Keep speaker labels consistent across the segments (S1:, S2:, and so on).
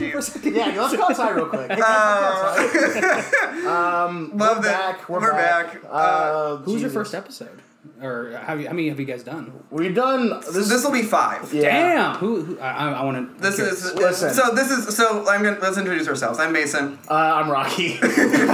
S1: yeah, let's go outside real quick. Hey,
S2: Uh,
S1: let's go outside. um,
S2: Love
S1: we're
S2: that.
S1: back. We're,
S2: We're
S1: back.
S2: back.
S1: Uh,
S3: Who's your
S1: Jesus.
S3: first episode? Or how, how many have you guys done?
S1: We've done this.
S2: this will be five.
S1: Yeah.
S3: Damn. Who? who I, I want to.
S2: This is
S1: Listen.
S2: so. This is so. I'm gonna let's introduce ourselves. I'm Mason.
S1: Uh, I'm Rocky.
S3: Oh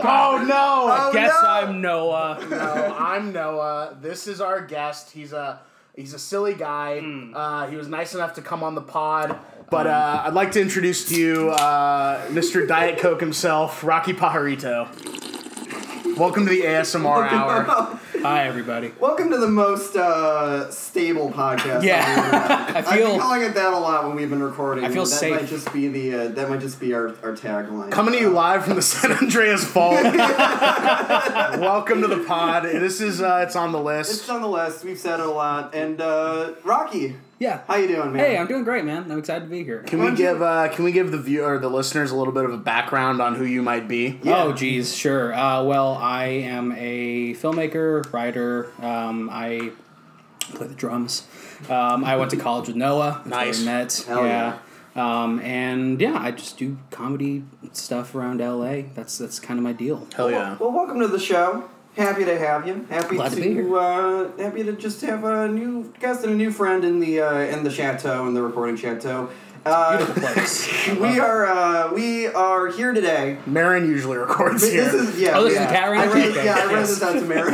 S3: God.
S1: oh no!
S2: Oh,
S3: Guess
S2: no.
S3: I'm Noah.
S1: no, I'm Noah. This is our guest. He's a he's a silly guy.
S3: Hmm.
S1: Uh, he was nice enough to come on the
S3: Um,
S1: pod. But uh, I'd like to introduce to you uh, Mr. Diet Coke himself, Rocky Pajarito. Welcome to the ASMR hour.
S3: Hi, everybody.
S2: Welcome to the most uh, stable podcast.
S3: Yeah. I
S4: I've been
S3: feel.
S4: calling it that a lot when we've been recording.
S3: I feel
S4: that
S3: safe.
S4: Might just be the uh, that might just be our, our tagline. Uh,
S1: Coming to you live from the San Andreas Fault. Welcome to the pod. This is uh, it's on the
S4: It's
S1: list.
S4: on the list. We've said it a lot. And uh, Rocky,
S3: Yeah.
S4: how you doing, man?
S3: Hey, I'm doing great, man. I'm excited to be here.
S1: Can we give uh, can we give the view or the listeners a little bit of a background on who you might be?
S3: Oh, geez, sure. Uh, well, I am a filmmaker, writer. Um, I play the drums. Um, I went to college with Noah. That's where we met.
S1: Nice.
S4: Hell
S3: yeah. Um, and yeah, I just do comedy stuff around LA. That's that's kind of my deal.
S1: Hell yeah.
S4: Well, welcome to the show. Happy to have you. Happy
S3: Glad to
S4: to,
S3: be here.
S4: Uh, happy to just have a new guest and a new friend in the uh, in the chateau in the recording chateau. Uh,
S3: Beautiful place.
S4: we are uh, we are here today.
S1: Marin usually records here.
S4: This is yeah.
S3: Oh, this is
S4: yeah.
S3: the cat right
S4: I
S3: here?
S4: read-
S3: Okay.
S4: Yeah, I read
S3: Yes.
S4: this out to Mary.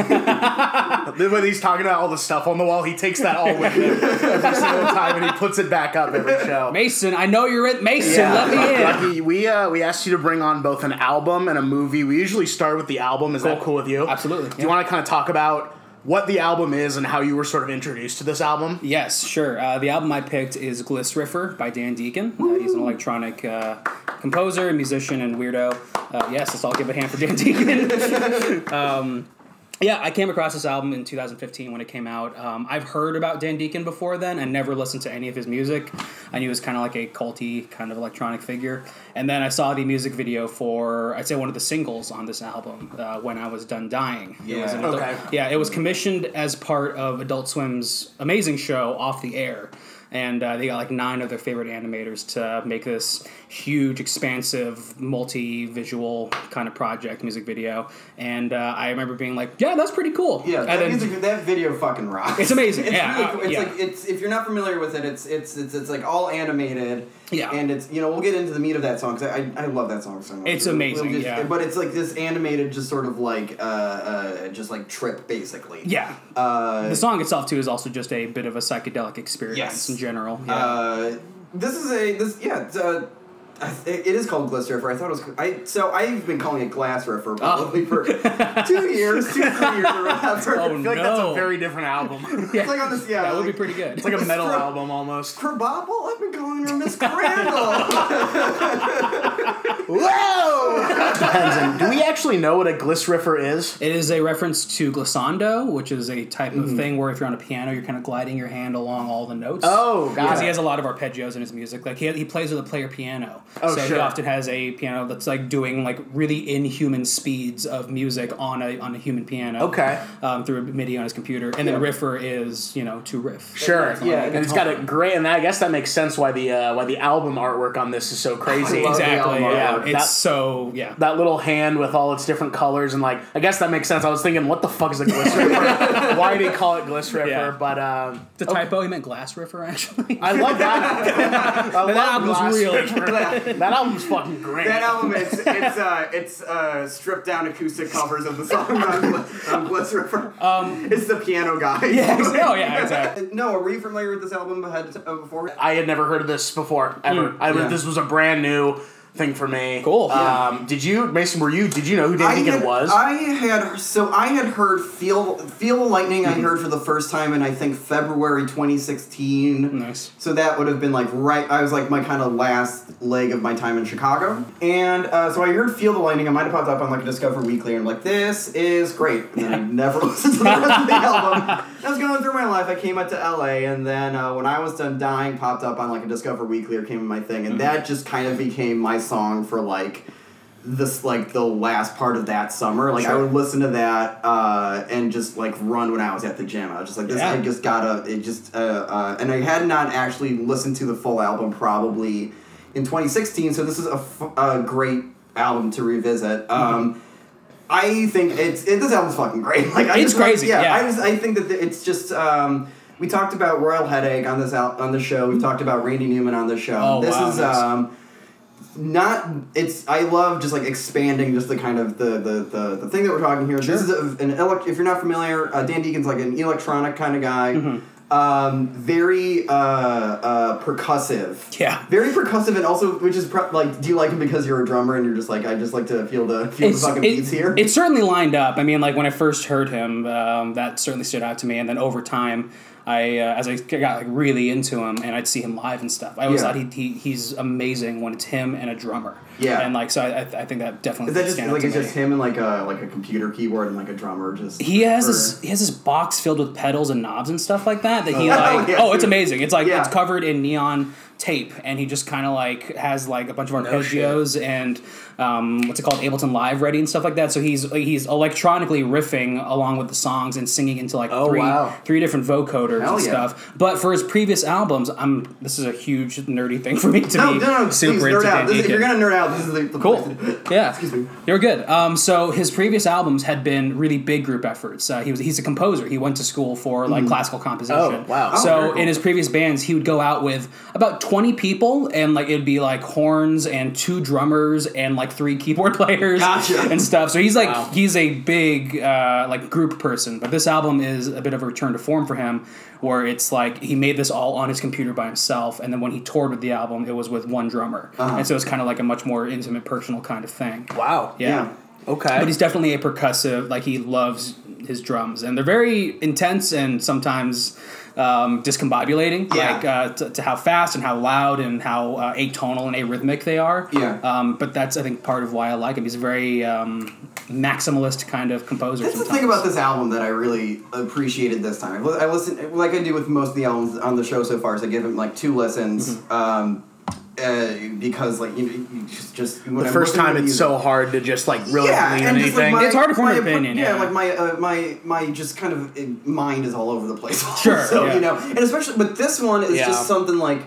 S1: When he's talking about all the stuff on the wall, he takes that all with him every single time, and he puts it back up every show.
S3: Mason, I know you're in. Mason, let me in.
S1: Lucky, we uh, we asked you to bring on both an album and a movie. We usually start with the album. Is that
S3: Cool.
S1: cool with you?
S3: Absolutely,
S1: Do
S3: yeah.
S1: you want to kind of talk about what the album is and how you were sort of introduced to this album?
S3: Yes, sure. Uh, the album I picked is Gliss Riffer by Dan Deacon. Uh, he's an electronic uh, composer, musician, and weirdo. Uh, yes, let's all give a hand for Dan Deacon. um, yeah, I came across this album in 2015 when it came out. Um, I've heard about Dan Deacon before then and never listened to any of his music. I knew he was kind of like a culty kind of electronic figure. And then I saw the music video for, I'd say, one of the singles on this album, uh, When I Was Done Dying. It was
S4: Yeah.
S3: an adult-
S1: Okay.
S3: yeah, it was commissioned as part of Adult Swim's amazing show Off the Air. And uh, they got like nine of their favorite animators to make this huge, expansive, multi visual kind of project music video. And uh, I remember being like, yeah, that's pretty cool.
S4: Yeah,
S3: And
S4: that,
S3: then-
S4: music- that video fucking rocks.
S3: It's amazing,
S4: It's
S3: yeah,
S4: really
S3: uh,
S4: cool. It's
S3: yeah.
S4: like it's if you're not familiar with it, it's it's it's it's like all animated.
S3: Yeah.
S4: and it's you know we'll get into the meat of that song because I, I I love that song so much.
S3: It's
S4: We'll- we'll
S3: amazing,
S4: just-
S3: yeah.
S4: but it's like this animated, just sort of like uh, uh just like trip basically.
S3: yeah.
S4: Uh,
S3: the song itself, too, is also just a bit of a psychedelic experience
S4: Yes.
S3: in general. Yeah.
S4: uh, this is a this yeah. It's a, I th- it is called Glass Riffer. I thought it was. I so I've been calling it Glass
S3: Oh.
S4: Riffer probably for two years, two three years or whatever.
S3: Oh, no.
S1: I feel like that's a very different album. it's
S3: yeah.
S4: It's like on this, yeah,
S3: that would be
S4: like-
S3: pretty good.
S1: like a metal album almost.
S4: Krabappel? I've been calling her Miss Crandall.
S1: Whoa! Tenzin, do we actually know what a gliss riffer is?
S3: It is a reference to glissando, which is a type
S1: Mm-hmm.
S3: of thing where if you're on a piano, you're kind of gliding your hand along all the notes.
S1: Oh, got
S3: because he
S1: it.
S3: has a lot of arpeggios in his music. Like he, he plays with a player piano,
S1: Oh,
S3: so he
S1: sure.
S3: often has a piano that's like doing like really inhuman speeds of music on a on a human piano.
S1: Okay.
S3: um, through MIDI on his computer, and then riffer is you know to riff.
S1: Sure.
S4: Yeah,
S1: and it's got a great, and I guess that makes sense why the uh, why the album artwork on this is so crazy.
S4: love
S3: Exactly.
S4: album
S3: Yeah.
S1: artwork.
S3: It's
S1: That-
S3: so yeah.
S1: That little hand with all its different colors and like, I guess that makes sense. I was thinking, what the fuck is a gliss ripper? Why do you call it gliss ripper?
S3: Yeah.
S1: But um,
S3: The typo he meant glass riffer actually.
S1: I love that. I love
S3: that album's
S1: Glass
S3: real.
S1: Ripper. that album's fucking great.
S4: that album, it's it's uh, it's uh, stripped down acoustic covers of the song on, Gl- on Bliss River. Um, it's the piano guy.
S3: oh yeah. Exactly.
S4: No, are we familiar with this album ahead uh, before?
S1: I had never heard of this before ever. I was
S4: Yeah.
S1: this was a brand new thing for me.
S3: Cool. Yeah.
S1: Um, did you, Mason? Were you? Did you know who Dan Deacon
S4: had,
S1: was?
S4: I had so I had heard feel feel the lightning. I heard for the first time in I think February 2016.
S3: Nice.
S4: So that would have been like right. I was like my kind of last leg of my time in Chicago, and uh, so I heard feel the lightning. I might have popped up on like Discover Weekly, and I'm like, this is great. And then I never listened to the rest of the album. I was going through my life. I came up to LA, and then uh, when I was done dying, popped up on like a Discover Weekly or came in my thing, and that just kind of became my song for like this like the last part of that summer. Like I would listen to that uh, and just like run when I was at the gym. I was just like, this.
S3: Yeah.
S4: I just gotta. It just uh, uh, and I had not actually listened to the full album probably in 2016, so this is a, f- a great album to revisit.
S3: Mm-hmm.
S4: Um, I think it's it, this album's fucking great. Like I
S3: It's
S4: just want-
S3: crazy, yeah.
S4: I just I think that th- it's just. Um, we talked about Royal Headache on this out on the show. We've talked about Randy Newman on the show.
S3: Oh,
S4: this
S3: wow,
S4: is
S3: nice.
S4: um, not it's I love just like expanding just the kind of the the, the, the thing that we're talking here. This is a, an elect if you're not familiar, uh, Dan Deacon's like an electronic kind of guy.
S3: Mm-hmm.
S4: Um, very uh, uh, percussive.
S3: Yeah.
S4: Very percussive, and also which is pro- like, do you like him because you're a drummer and you're just like, I just like to feel the feel the fucking
S3: it-
S4: beats here.
S3: It's certainly lined up. I mean, like when I first heard him, um, that certainly stood out to me. And then over time, I uh, as I got like really into him, and I'd see him live and stuff. I always
S4: Yeah.
S3: thought he, he he's amazing when it's him and a drummer.
S4: Yeah.
S3: and like so, I, I I think that definitely
S4: Is that just
S3: stand out
S4: like
S3: to
S4: it's
S3: me.
S4: just him and like a like a computer keyboard and like a drummer just
S3: He has
S4: or-
S3: this. He has this box filled with pedals and knobs and stuff like that. That he
S4: Oh,
S3: like.
S4: yeah.
S3: Oh, it's amazing. It's like
S4: Yeah.
S3: it's covered in neon tape, and he just kind of like has like a bunch of arpeggios and um, what's it called, Ableton Live ready and stuff like that. So he's he's electronically riffing along with the songs and singing into like three
S4: Oh, wow.
S3: three different vocoders
S4: Hell
S3: and
S4: yeah.
S3: stuff. But for his previous albums, I'm this is a huge nerdy thing for me to
S4: No,
S3: be
S4: no, no, please
S3: super
S4: nerd
S3: into. Dan
S4: out. This, if
S3: Deacon.
S4: you're gonna nerd out, this is the, the
S3: Cool. Yeah.
S4: Excuse me.
S3: You're good. Um, so his previous albums had been really big group efforts. Uh, he was he's a composer. He went to school for like classical composition.
S1: Oh, wow.
S4: Oh, very
S3: So
S4: cool.
S3: in his previous bands, he would go out with about 20 people, and like it'd be like horns and two drummers and like three keyboard players
S4: Gotcha.
S3: and stuff. So he's like
S1: Wow.
S3: he's a big uh, like group person. But this album is a bit of a return to form for him, where it's like he made this all on his computer by himself, and then when he toured with the album, it was with one drummer,
S4: Uh-huh.
S3: and so it's kind of like a much more intimate, personal kind of thing.
S1: Wow.
S3: Yeah.
S4: Yeah.
S1: Okay.
S3: But he's definitely a percussive, like he loves his drums, and they're very intense and sometimes um, discombobulating,
S4: Yeah.
S3: like uh, to, to how fast and how loud and how uh, atonal and arrhythmic they are.
S4: Yeah.
S3: Um, but that's I think part of why I like him. He's a very um, maximalist kind of composer.
S4: That's the
S3: sometimes.
S4: thing about this album that I really appreciated this time. I li- I listen like I do with most of the albums on the show so far. So I give them like two listens. Um, uh, because like you, know, you just just when
S1: the
S4: I'm
S1: first
S4: listening
S1: time
S4: to
S1: it's
S4: music-
S1: so hard to just like really lean
S4: and just, like,
S1: anything.
S4: my-
S3: It's hard to form
S4: my
S3: an
S4: appro-
S3: opinion, yeah.
S4: like my uh, my my just kind of uh, mind is all over the place.
S3: Sure,
S4: so
S3: yeah.
S4: you know, and especially but this one is
S1: Yeah.
S4: just something like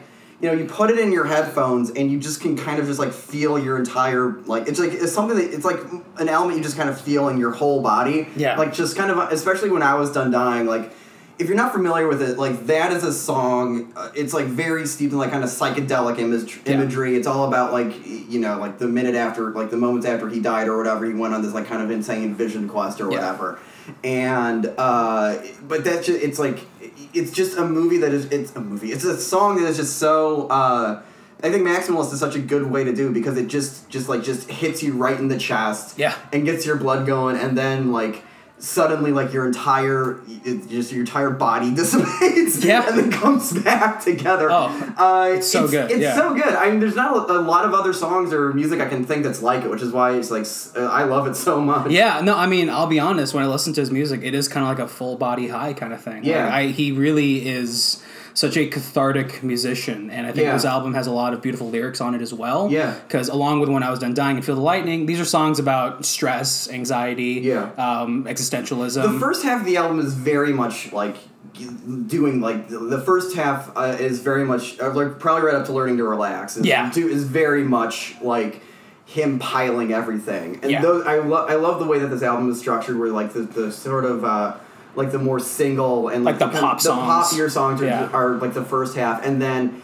S4: you know you put it in your headphones and you just can kind of just like feel your entire like it's like it's something that it's like an element you just kind of feel in your whole body.
S3: Yeah.
S4: like just kind of especially when I was done dying like. If you're not familiar with it, like that is a song. Uh, it's like very steeped in like kind of psychedelic image,
S3: Yeah.
S4: imagery. It's all about like y- you know like the minute after like the moments after he died or whatever he went on this like kind of insane vision quest or
S3: Yeah.
S4: whatever. And uh, but that's just, it's like it's just a movie that is it's a movie. It's a song that is just so. Uh, I think maximalist is such a good way to do because it just just like just hits you right in the chest.
S3: Yeah.
S4: And gets your blood going and then like. Suddenly, like your entire, it, just your entire body dissipates,
S3: Yeah.
S4: and then comes back together.
S3: Oh.
S4: uh,
S3: It's so good,
S4: It's
S3: yeah.
S4: so good. I mean, there's not a, a lot of other songs or music I can think that's like it, which is why it's like s- uh, I love it so much.
S3: Yeah, no, I mean, I'll be honest. When I listen to his music, it is kind of like a full body high kind of thing.
S4: Yeah.
S3: Like, I, he really is such a cathartic musician, and I think
S4: Yeah.
S3: this album has a lot of beautiful lyrics on it as well.
S4: Yeah.
S3: because along with when I was done dying and feel the lightning, these are songs about stress, anxiety,
S4: Yeah.
S3: um, existentialism.
S4: The first half of the album is very much like g- doing like the, the first half uh, is very much uh, like probably right up to learning to relax. Is,
S3: Yeah.
S4: do, is very much like him piling everything, and
S3: Yeah.
S4: those, I love I love the way that this album is structured, where like the, the sort of. Uh, like the more single and like,
S3: Like the pop songs.
S4: the poppier songs are,
S3: Yeah.
S4: are like the first half, and then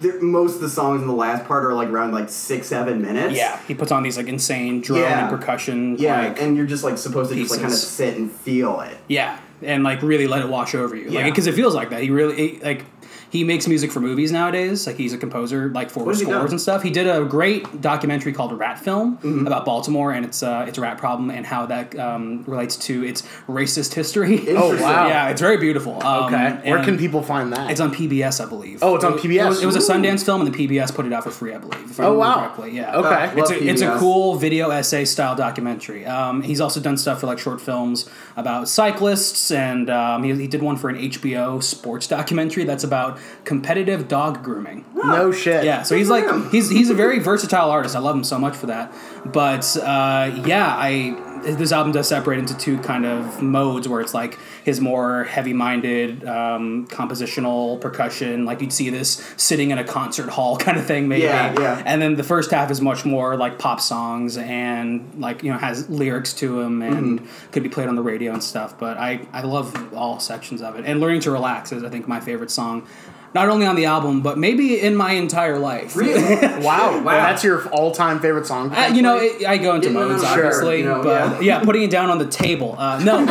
S4: there, most of the songs in the last part are like around like six seven minutes.
S3: yeah, he puts on these like insane drone
S4: Yeah.
S3: and percussion.
S4: yeah,
S3: like,
S4: and you're just like supposed to just like kind of
S3: pieces.
S4: sit and feel it.
S3: Yeah, and like really let it wash over you,
S4: Yeah.
S3: like because it feels like that. He really he- like he makes music for movies nowadays. Like he's a composer, like for
S4: has he
S3: scores
S4: done?
S3: and stuff. He did a great documentary called Rat Film
S1: Mm-hmm.
S3: about Baltimore and its uh, its rat problem and how that um, relates to its racist history.
S1: oh wow.
S3: yeah, it's very beautiful. Um,
S1: Okay. Where
S3: and
S1: can people find that?
S3: It's on PBS, I believe.
S1: Oh, it's on
S3: It-
S1: PBS.
S3: It was, it was a
S1: Ooh.
S3: Sundance film, and the PBS put it out for free, I believe. If I
S1: Oh,
S3: remember
S1: wow.
S3: Correctly. Yeah.
S1: Okay.
S4: Uh,
S3: It's
S4: love
S3: a, it's a
S4: PBS.
S3: cool video essay style documentary. Um, he's also done stuff for like short films about cyclists, and um, he, he did one for an HBO sports documentary that's about competitive dog grooming.
S1: no shit.
S3: Yeah, so he's like he's he's a very versatile artist. I love him so much for that. But uh, yeah, I this album does separate into two kind of modes where it's like his more heavy-minded um, compositional percussion like you'd see this sitting in a concert hall kind of thing maybe
S4: Yeah, yeah.
S3: and then the first half is much more like pop songs and like you know has lyrics to them and
S4: Mm-hmm.
S3: could be played on the radio and stuff but i i love all sections of it and learning to relax is i think my favorite song not only on the album but maybe in my entire life
S4: Really?
S1: Wow, that's your all-time favorite song.
S3: I, you know, it, I go into
S4: no, no,
S3: modes,
S4: no, sure,
S3: obviously,
S4: you know,
S3: but yeah. putting it down on the table. Uh, no,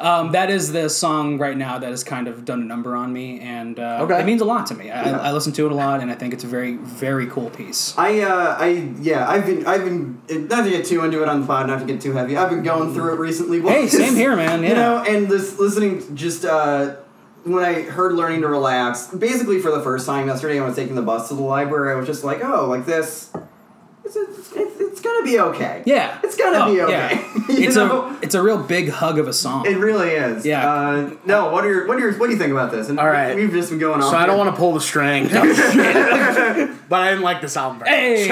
S3: um, that is the song right now that has kind of done a number on me, and uh,
S1: Okay.
S3: it means a lot to me. I, I listen to it a lot, and I think it's a very, very cool piece.
S4: I uh, I yeah, I've been I've been not to get too into it on the pod, not to get too heavy. I've been going through it recently.
S3: Hey, same here, man. Yeah.
S4: You know, and this listening to just uh, when I heard "Learning to Relax," basically for the first time yesterday, I was taking the bus to the library. I was just like, oh, like this. It's, it's, it's, it's gonna be okay.
S3: yeah,
S4: it's gonna
S3: Oh,
S4: be okay.
S3: yeah.
S4: You
S3: it's
S4: know?
S3: a it's a real big hug of a song.
S4: It really is.
S3: Yeah.
S4: Uh, no. What are your What are your What do you think about this? And
S1: All right.
S4: We've just been going on.
S1: So I don't want to pull the string, but I didn't like this album. very
S3: hey,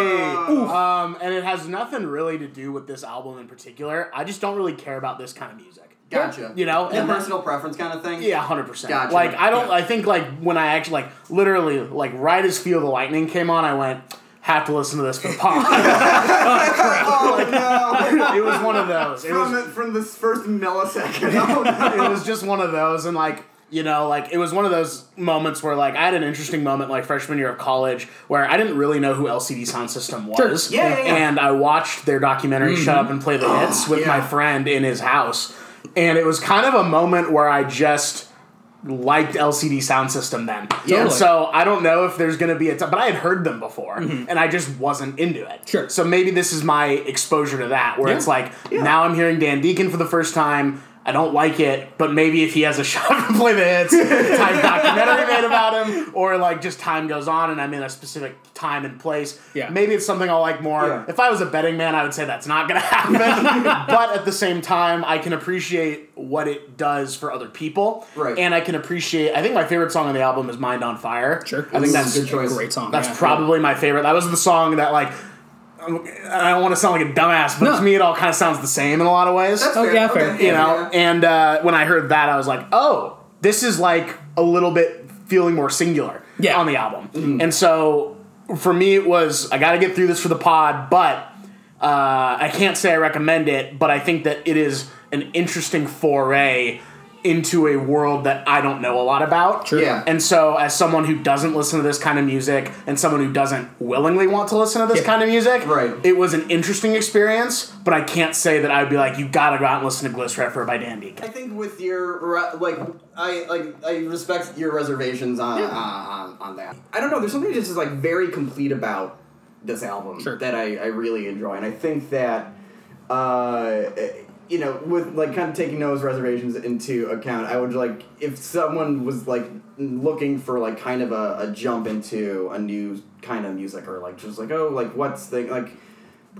S1: Um, and it has nothing really to do with this album in particular. I just don't really care about this kind of music.
S4: Gotcha.
S1: You know,
S4: The
S1: and that-
S4: personal preference kind of thing.
S1: yeah, hundred percent.
S4: Gotcha.
S1: Like I don't. I think like when I actually like literally like right as "Feel the Lightning" came on, I went have to listen to this for the pod.
S4: Oh no.
S1: it was one of those. It
S4: from
S1: was
S4: from this first millisecond. Oh, no.
S1: it was just one of those and like you know like it was one of those moments where like i had an interesting moment like freshman year of college where i didn't really know who lcd sound system was
S3: Sure. Yeah,
S4: yeah, yeah.
S1: and i watched their documentary shut up and play the hits with my friend in his house and it was kind of a moment where i just liked lcd sound system then
S3: Yeah.
S1: And so i don't know if there's going to be a t- but i had heard them before and i just wasn't into it
S3: Mm-hmm. Sure.
S1: so maybe this is my exposure to that where
S3: Yeah.
S1: it's like now i'm hearing dan deacon for the first time i don't like it but maybe if he has a shot to play the hits type documentary made about him or like just time goes on and i'm in a specific time and place
S3: Yeah.
S1: maybe it's something i'll like more
S4: Yeah.
S1: if i was a betting man i would say that's not gonna happen but at the same time i can appreciate what it does for other people
S4: Right.
S1: and i can appreciate i think my favorite song on the album is mind on fire
S3: Sure.
S1: i think
S3: Ooh,
S1: that's
S4: good
S3: a
S4: choice.
S3: great song.
S1: that's
S3: yeah.
S1: probably my favorite. That was the song that like um, I don't want to sound like a dumbass, but
S3: No.
S1: to me it all kind of sounds the same in a lot of ways.
S4: That's
S3: Oh,
S4: fair.
S3: yeah, fair.
S4: Okay.
S1: you know, and uh, when I heard that, I was like, oh, this is like a little bit feeling more singular
S3: Yeah. Mm-hmm.
S1: on the album. And so for me, it was I got to get through this for the pod, but uh, I can't say I recommend it, but I think that it is an interesting foray into a world that I don't know a lot about.
S3: Sure.
S4: Yeah.
S1: And so, as someone who doesn't listen to this kind of music and someone who doesn't willingly want to listen to this
S3: Yeah.
S1: kind of music,
S4: Right.
S1: it was an interesting experience, but I can't say that I'd be like, you gotta go out and listen to Gliss Rapper by Dan Deacon.
S4: I think with your re- like, I like I respect your reservations on on, on on that. I don't know. There's something that's just like very complete about this album
S3: Sure.
S4: that I, I really enjoy, and I think that uh, you know, with like kind of taking those reservations into account, I would like if someone was like looking for like kind of a, a jump into a new kind of music or like just like oh like what's the like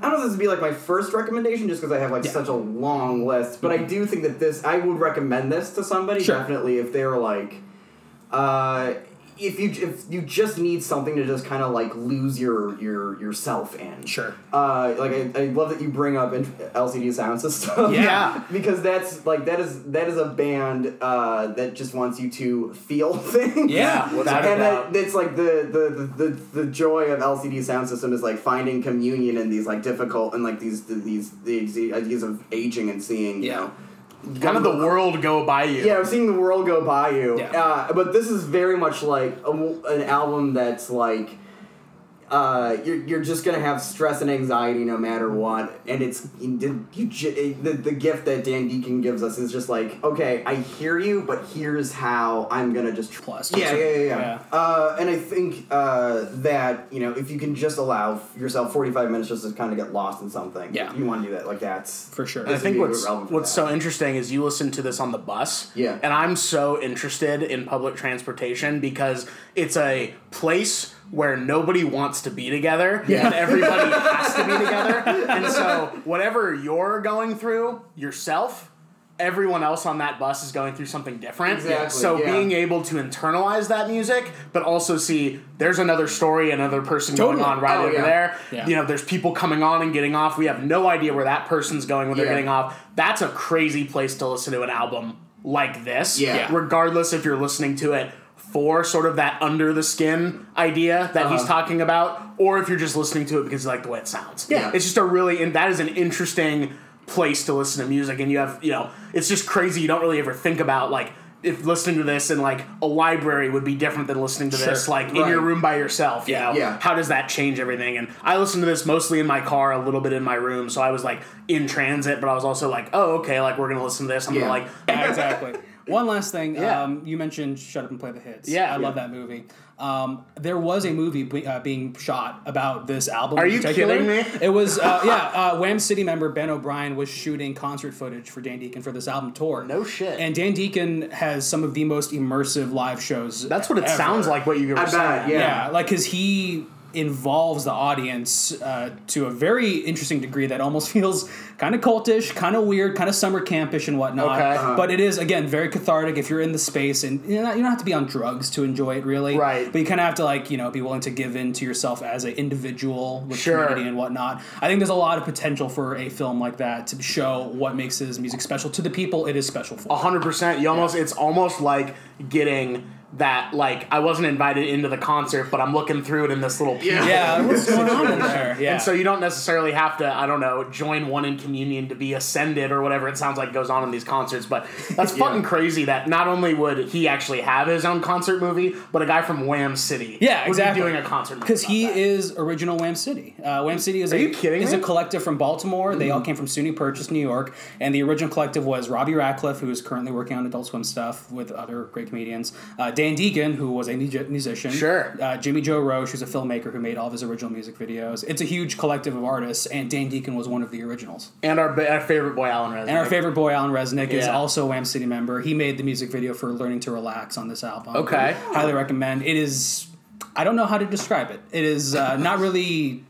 S4: I don't know if this would be like my first recommendation just because I have like
S3: Yeah. Mm-hmm.
S4: such a long list, but I do think that this I would recommend this to somebody
S3: Sure.
S4: definitely if they were like uh if you if you just need something to just kind of like lose your your yourself in.
S3: Sure.
S4: Uh, like I, I love that you bring up int- LCD sound system.
S1: Yeah.
S4: because that's like that is that is a band uh, that just wants you to feel things.
S3: Yeah,
S1: without a
S4: and
S1: doubt.
S4: that, that's like the the, the the the joy of LCD sound system is like finding communion in these like difficult and like these these these ideas of aging and seeing you
S3: Yeah.
S4: know
S1: Kind of the world go by you.
S4: yeah, I'm seeing the world go by you.
S3: Yeah.
S4: Uh, but this is very much like a w an album that's like. Uh, you're, you're just gonna have stress and anxiety no matter what, and it's you, you j- the, the gift that Dan Deacon gives us is just like okay, I hear you, but here's how I'm gonna just tr-
S3: Plus,
S4: yeah, yeah, yeah,
S3: Yeah.
S4: yeah. Uh, and I think uh, that you know if you can just allow yourself 45 minutes just to kind of get lost in something,
S3: Yeah.
S4: you want to do that like that's
S3: for sure.
S1: I think
S4: be
S1: what's
S4: relevant for
S1: what's
S4: that.
S1: so interesting is you listen to this on the bus.
S4: Yeah.
S1: And I'm so interested in public transportation because it's a place where nobody wants to be together
S3: Yeah.
S1: and everybody has to be together. And so whatever you're going through yourself everyone else on that bus is going through something different.
S4: Exactly,
S1: So
S4: yeah.
S1: being able to internalize that music, but also see there's another story, another person
S3: Totally.
S1: going on right
S4: Oh,
S1: over
S4: yeah.
S1: there.
S3: Yeah.
S1: You know, thereves people coming on and getting off. We have no idea where that person's going when
S4: Yeah.
S1: they're getting off. That's a crazy place to listen to an album like this.
S4: Yeah. Yeah.
S1: Regardless if you're listening to it for sort of that under the skin idea that
S4: Uh-huh.
S1: he's talking about, or if you're just listening to it because you like the way it sounds.
S4: Yeah.
S1: It's just a really and that is an interesting place to listen to music and you have you know, it's just crazy you don't really ever think about like if listening to this in like a library would be different than listening to this
S3: Sure.
S1: like in your
S4: Right.
S1: room by yourself. You
S3: Yeah.
S1: know?
S4: Yeah.
S1: How does that change everything? And I listened to this mostly in my car, a little bit in my room, so I was like in transit, but I was also like, oh okay, like we're gonna listen to this. I'm
S4: Yeah.
S1: gonna like
S3: Yeah, exactly. One last thing.
S1: Yeah.
S3: Um, you mentioned Shut Up and Play the Hits.
S1: Yeah.
S3: I love that movie. Um, there was a movie be, uh, being shot about this album.
S1: Are
S3: in
S1: you
S3: particular.
S1: kidding me?
S3: It was, uh, yeah, uh, Wham City member Ben O'Brien was shooting concert footage for Dan Deacon for this album tour.
S1: No shit.
S3: And Dan Deacon has some of the most immersive live shows.
S1: that's what it
S3: ever.
S1: sounds like what you were
S4: I
S1: saying.
S4: bet, yeah.
S3: Yeah, like because he involves the audience uh, to a very interesting degree that almost feels kind of cultish, kind of weird, kind of summer campish and whatnot.
S1: Okay. Uh-huh.
S3: But it is again very cathartic if you're in the space and you, know, you don't have to be on drugs to enjoy it really.
S1: Right.
S3: But you kind of have to like you know be willing to give in to yourself as an individual with
S1: Sure.
S3: community and whatnot. I think there's a lot of potential for a film like that to show what makes his music special to the people it is special for.
S1: A hundred percent. You almost it's almost like getting that like I wasn't invited into the concert, but I'm looking through it in this little pew.
S3: Yeah, what's going on in there? Yeah.
S1: And so you don't necessarily have to, I don't know, join one in communion to be ascended or whatever it sounds like goes on in these concerts. But that's fucking crazy that not only would he actually have his own concert movie, but a guy from Wham City
S3: Yeah,
S1: would
S3: exactly.
S1: be doing a concert movie.
S3: Because he
S1: about that.
S3: is original Wham City. Uh, Wham City is a
S1: you kidding
S3: is
S1: me? Mm.
S3: a collective from Baltimore. They all came from SUNY Purchase, New York, and the original collective was Robbie Ratcliffe, who is currently working on Adult Swim stuff with other great comedians. Uh, Dan Deacon, who was a mu- musician.
S1: Sure.
S3: Uh, Jimmy Joe Roche, who's a filmmaker who made all of his original music videos. It's a huge collective of artists, and Dan Deacon was one of the originals.
S1: and our, ba- our favorite boy Alan Resnick.
S3: And our favorite boy, Alan Resnick, is
S1: Yeah.
S3: also a Wham City member. He made the music video for Learning to Relax on this album.
S1: Okay.
S3: Highly recommend. It is, I don't know how to describe it. It is uh, not really,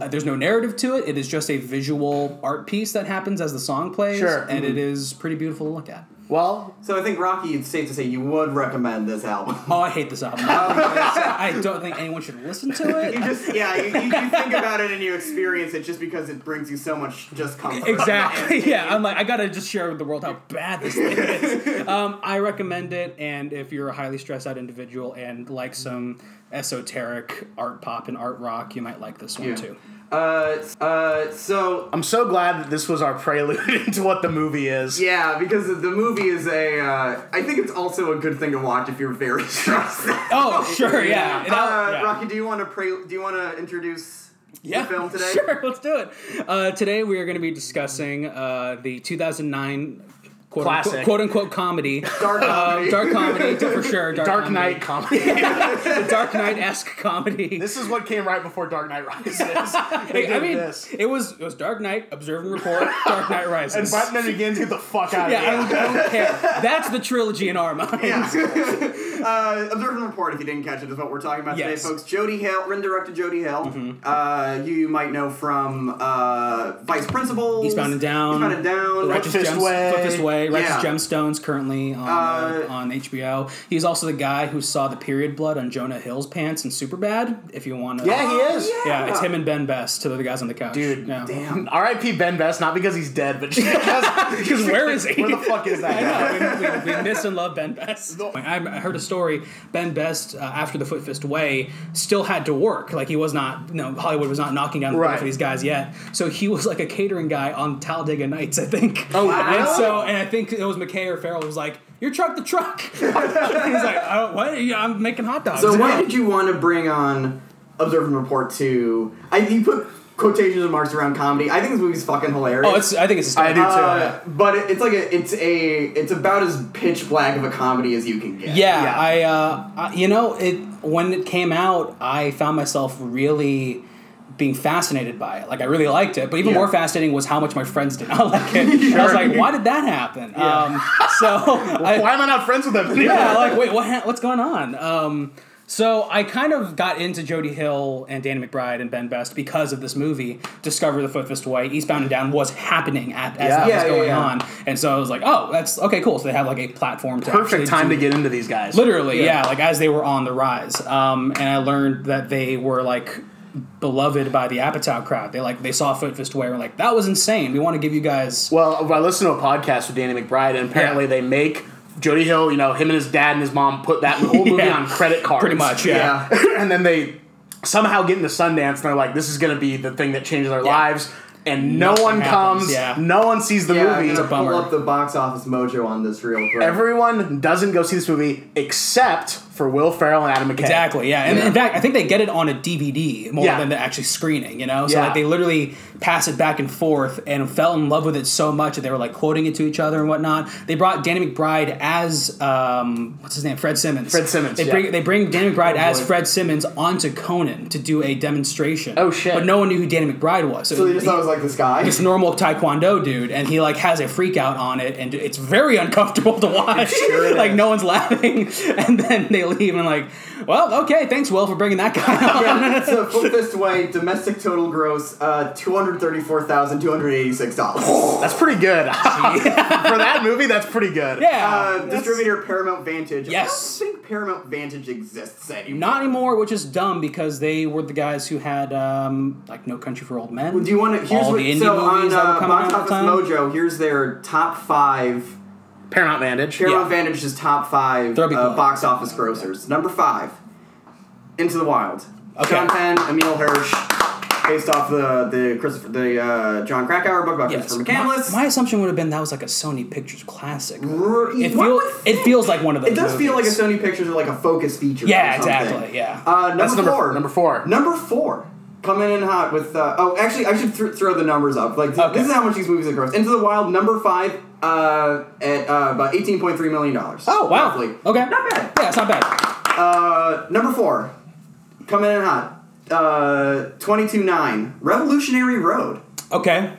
S3: uh, there's no narrative to it. It is just a visual art piece that happens as the song plays.
S1: Sure. Mm-hmm.
S3: And it is pretty beautiful to look at.
S1: Well,
S4: So I think Rocky, it's safe to say you would recommend this album.
S3: Oh, I hate this album. I don't think anyone should listen to
S4: You
S3: it.
S4: just yeah, you, you, you think about it and you experience it just because it brings you so much just comfort.
S3: Exactly. Yeah, I'm like, I gotta just share with the world how bad this thing is. Um, I recommend it, and if you're a highly stressed out individual and like some esoteric art pop and art rock, you might like this one
S4: Yeah.
S3: too.
S4: Uh, uh, so
S1: I'm so glad that this was our prelude into what the movie is.
S4: yeah, because the movie is a. Uh, I think it's also a good thing to watch if you're very stressed. out.
S3: Oh, sure, yeah. And I'll-
S4: Uh,
S3: yeah.
S4: Rocky, do you want to pray? Do you want to introduce
S3: Yeah,
S4: the film today?
S3: Sure, let's do it. Uh, today we are going to be discussing uh, the 2009 quote
S1: Classic.
S3: unquote, quote unquote comedy,
S4: Dark
S3: um,
S4: comedy.
S3: dark comedy for sure, dark,
S1: Dark
S3: comedy.
S1: Knight comedy.
S3: the Dark Knight esque comedy.
S1: This is what came right before Dark Knight Rises. They
S3: I
S1: did
S3: mean,
S1: this.
S3: it was it was Dark Knight, Observe and Report, Dark Knight
S1: And
S3: Rises.
S1: Batman Begins, get the fuck out of
S3: yeah,
S1: here.
S3: I don't, I don't care. That's the trilogy in our minds.
S4: Uh, Observe and report. If you didn't catch it, is what we're talking about
S3: Yes. Mm-hmm.
S4: today, folks. Jody Hill, written directed Jody Hill. Uh, you might know from uh, Vice Principal,
S3: Eastbound and Down.
S4: Eastbound and Down,
S3: Righteous
S1: Fist
S3: Gems-
S1: Way.
S3: Foot Fist Way, Righteous
S4: Yeah.
S3: Gemstones currently on, uh, on HBO. He's also the guy who saw the period blood on Jonah Hill's pants in Superbad. If you want to,
S1: Oh, Yeah, he is.
S3: yeah, it's him and Ben Best, two of the guys on the couch.
S1: Dude,
S3: yeah.
S1: damn. R.I.P. Ben Best, not because he's dead, but just because
S3: Because where is he?
S1: where the fuck is that guy?
S3: Yeah, we, we, we miss and love Ben Best. I I heard a story. Ben Best, uh, after the Foot Fist Way, still had to work. Like he was not, you know, Hollywood was not knocking down the door
S1: Right.
S3: for these guys yet. So he was like a catering guy on Talladega Nights, I think.
S1: Oh, wow.
S3: And so, and I think it was McKay or Farrell was like, "Your truck, the truck." He's like, oh, "What? Yeah, I'm making hot dogs."
S4: So why did you want to bring on Observe and Report to? I you put quotations and marks around comedy. I think this movie's fucking hilarious.
S3: Oh, it's, I think it's.
S1: I do too.
S4: Uh, but it- it's like a, it's a it's about as pitch black of a comedy as you can get.
S3: Yeah,
S1: Yeah.
S3: I, uh, I you know it when it came out, I found myself really being fascinated by it. Like I really liked it, but even
S4: Yeah.
S3: more fascinating was how much my friends did not like it. I was like, why did that happen? Um, so I,
S1: Why am I not friends with him?
S3: yeah, like wait, what? Ha- what's going on? Um, So I kind of got into Jody Hill and Danny McBride and Ben Best because of this movie. Discover the Foot Fist Away, Eastbound and Down was happening at, as that
S1: Yeah,
S3: was
S4: yeah,
S3: going
S4: yeah.
S3: on, and so I was like, oh, that's okay, cool. So they have like a platform. To actually
S1: Perfect time
S3: do
S1: to get into these guys.
S3: Literally, yeah. like as they were on the rise. Um, and I learned that they were like beloved by the Apatow crowd. They like they saw Foot Fist Away and were like, that was insane. We want to give you guys
S1: Well, I listened to a podcast with Danny McBride, and apparently
S3: Yeah.
S1: they make Jody Hill. You know, him and his dad and his mom put that whole movie
S3: Yeah.
S1: on credit cards,
S3: pretty much, yeah.
S1: and then they somehow get into Sundance, and they're like, "This is going to be the thing that changes our lives." And no
S3: Nothing
S1: one
S3: happens,
S1: comes.
S3: yeah.
S1: No one sees the
S4: Yeah,
S1: movie.
S4: I'm gonna
S3: bummer.
S4: pull up the box office mojo on this real quick.
S1: Everyone doesn't go see this movie except for Will Ferrell and Adam McKay.
S3: Exactly, yeah. And in fact, I think they get it on a DVD more
S1: Yeah.
S3: than the actually screening, you know? So
S1: Yeah.
S3: like they literally pass it back and forth and fell in love with it so much that they were like quoting it to each other and whatnot. They brought Danny McBride as um what's his name? Fred Simmons.
S1: Fred Simmons,
S3: They
S1: yeah. Oh,
S3: bring they bring Danny McBride as
S4: boy.
S3: Fred Simmons onto Conan to do a demonstration.
S1: Oh, shit.
S3: But no one knew who Danny McBride was.
S4: So they just thought it was like this guy.
S3: this normal taekwondo dude and he like has a freak out on it and it's very uncomfortable to watch like no one's laughing and then they leave and like well okay thanks will for bringing that guy on
S4: yeah, so flip this way, domestic total gross, uh, two hundred thirty-four thousand two hundred eighty-six dollars.
S1: That's pretty good for that movie. That's pretty good.
S3: yeah
S4: Uh,
S3: That's-
S4: distributor Paramount Vantage.
S3: Yes.
S4: I don't think Paramount Vantage exists anymore.
S3: not anymore which is dumb because they were the guys who had um like no country for old men
S4: Do you want to? Here's
S3: All
S4: what.
S3: the indie
S4: so on
S3: movies that were
S4: uh,
S3: coming
S4: Box
S3: out at
S4: Office
S3: the time?
S4: Mojo, here's their top five.
S1: Paramount Vantage.
S4: Paramount Vantage's top five
S3: Throw me
S4: uh,
S3: blood.
S4: box office grossers. Number five, Into the Wild.
S3: Okay.
S4: John Penn, Emil Hirsch, based off the the Christopher the uh, John Krakauer book about
S3: Yes.
S4: Christopher
S3: My,
S4: McCandless.
S3: my assumption would have been that was like a Sony Pictures classic.
S4: R-
S3: It,
S4: what
S3: feel,
S4: was
S3: it feels like one of those.
S4: It does feel like a
S3: movies.
S4: Sony Pictures or like a Focus feature.
S3: Yeah,
S4: or something.
S3: exactly, yeah.
S4: Uh, number
S1: That's number-
S4: four.
S1: number four.
S4: Number four. Coming in hot with. Uh, oh, actually, I should th- throw the numbers up. Like th-
S3: Okay.
S4: this is how much these movies have grossed. Into the Wild, number five, uh, at uh, about eighteen point three million dollars.
S3: Oh wow. Okay.
S4: Not bad.
S3: Yeah, it's not bad.
S4: Uh, number four. Coming in hot. Uh, twenty-two nine. Revolutionary Road.
S3: Okay.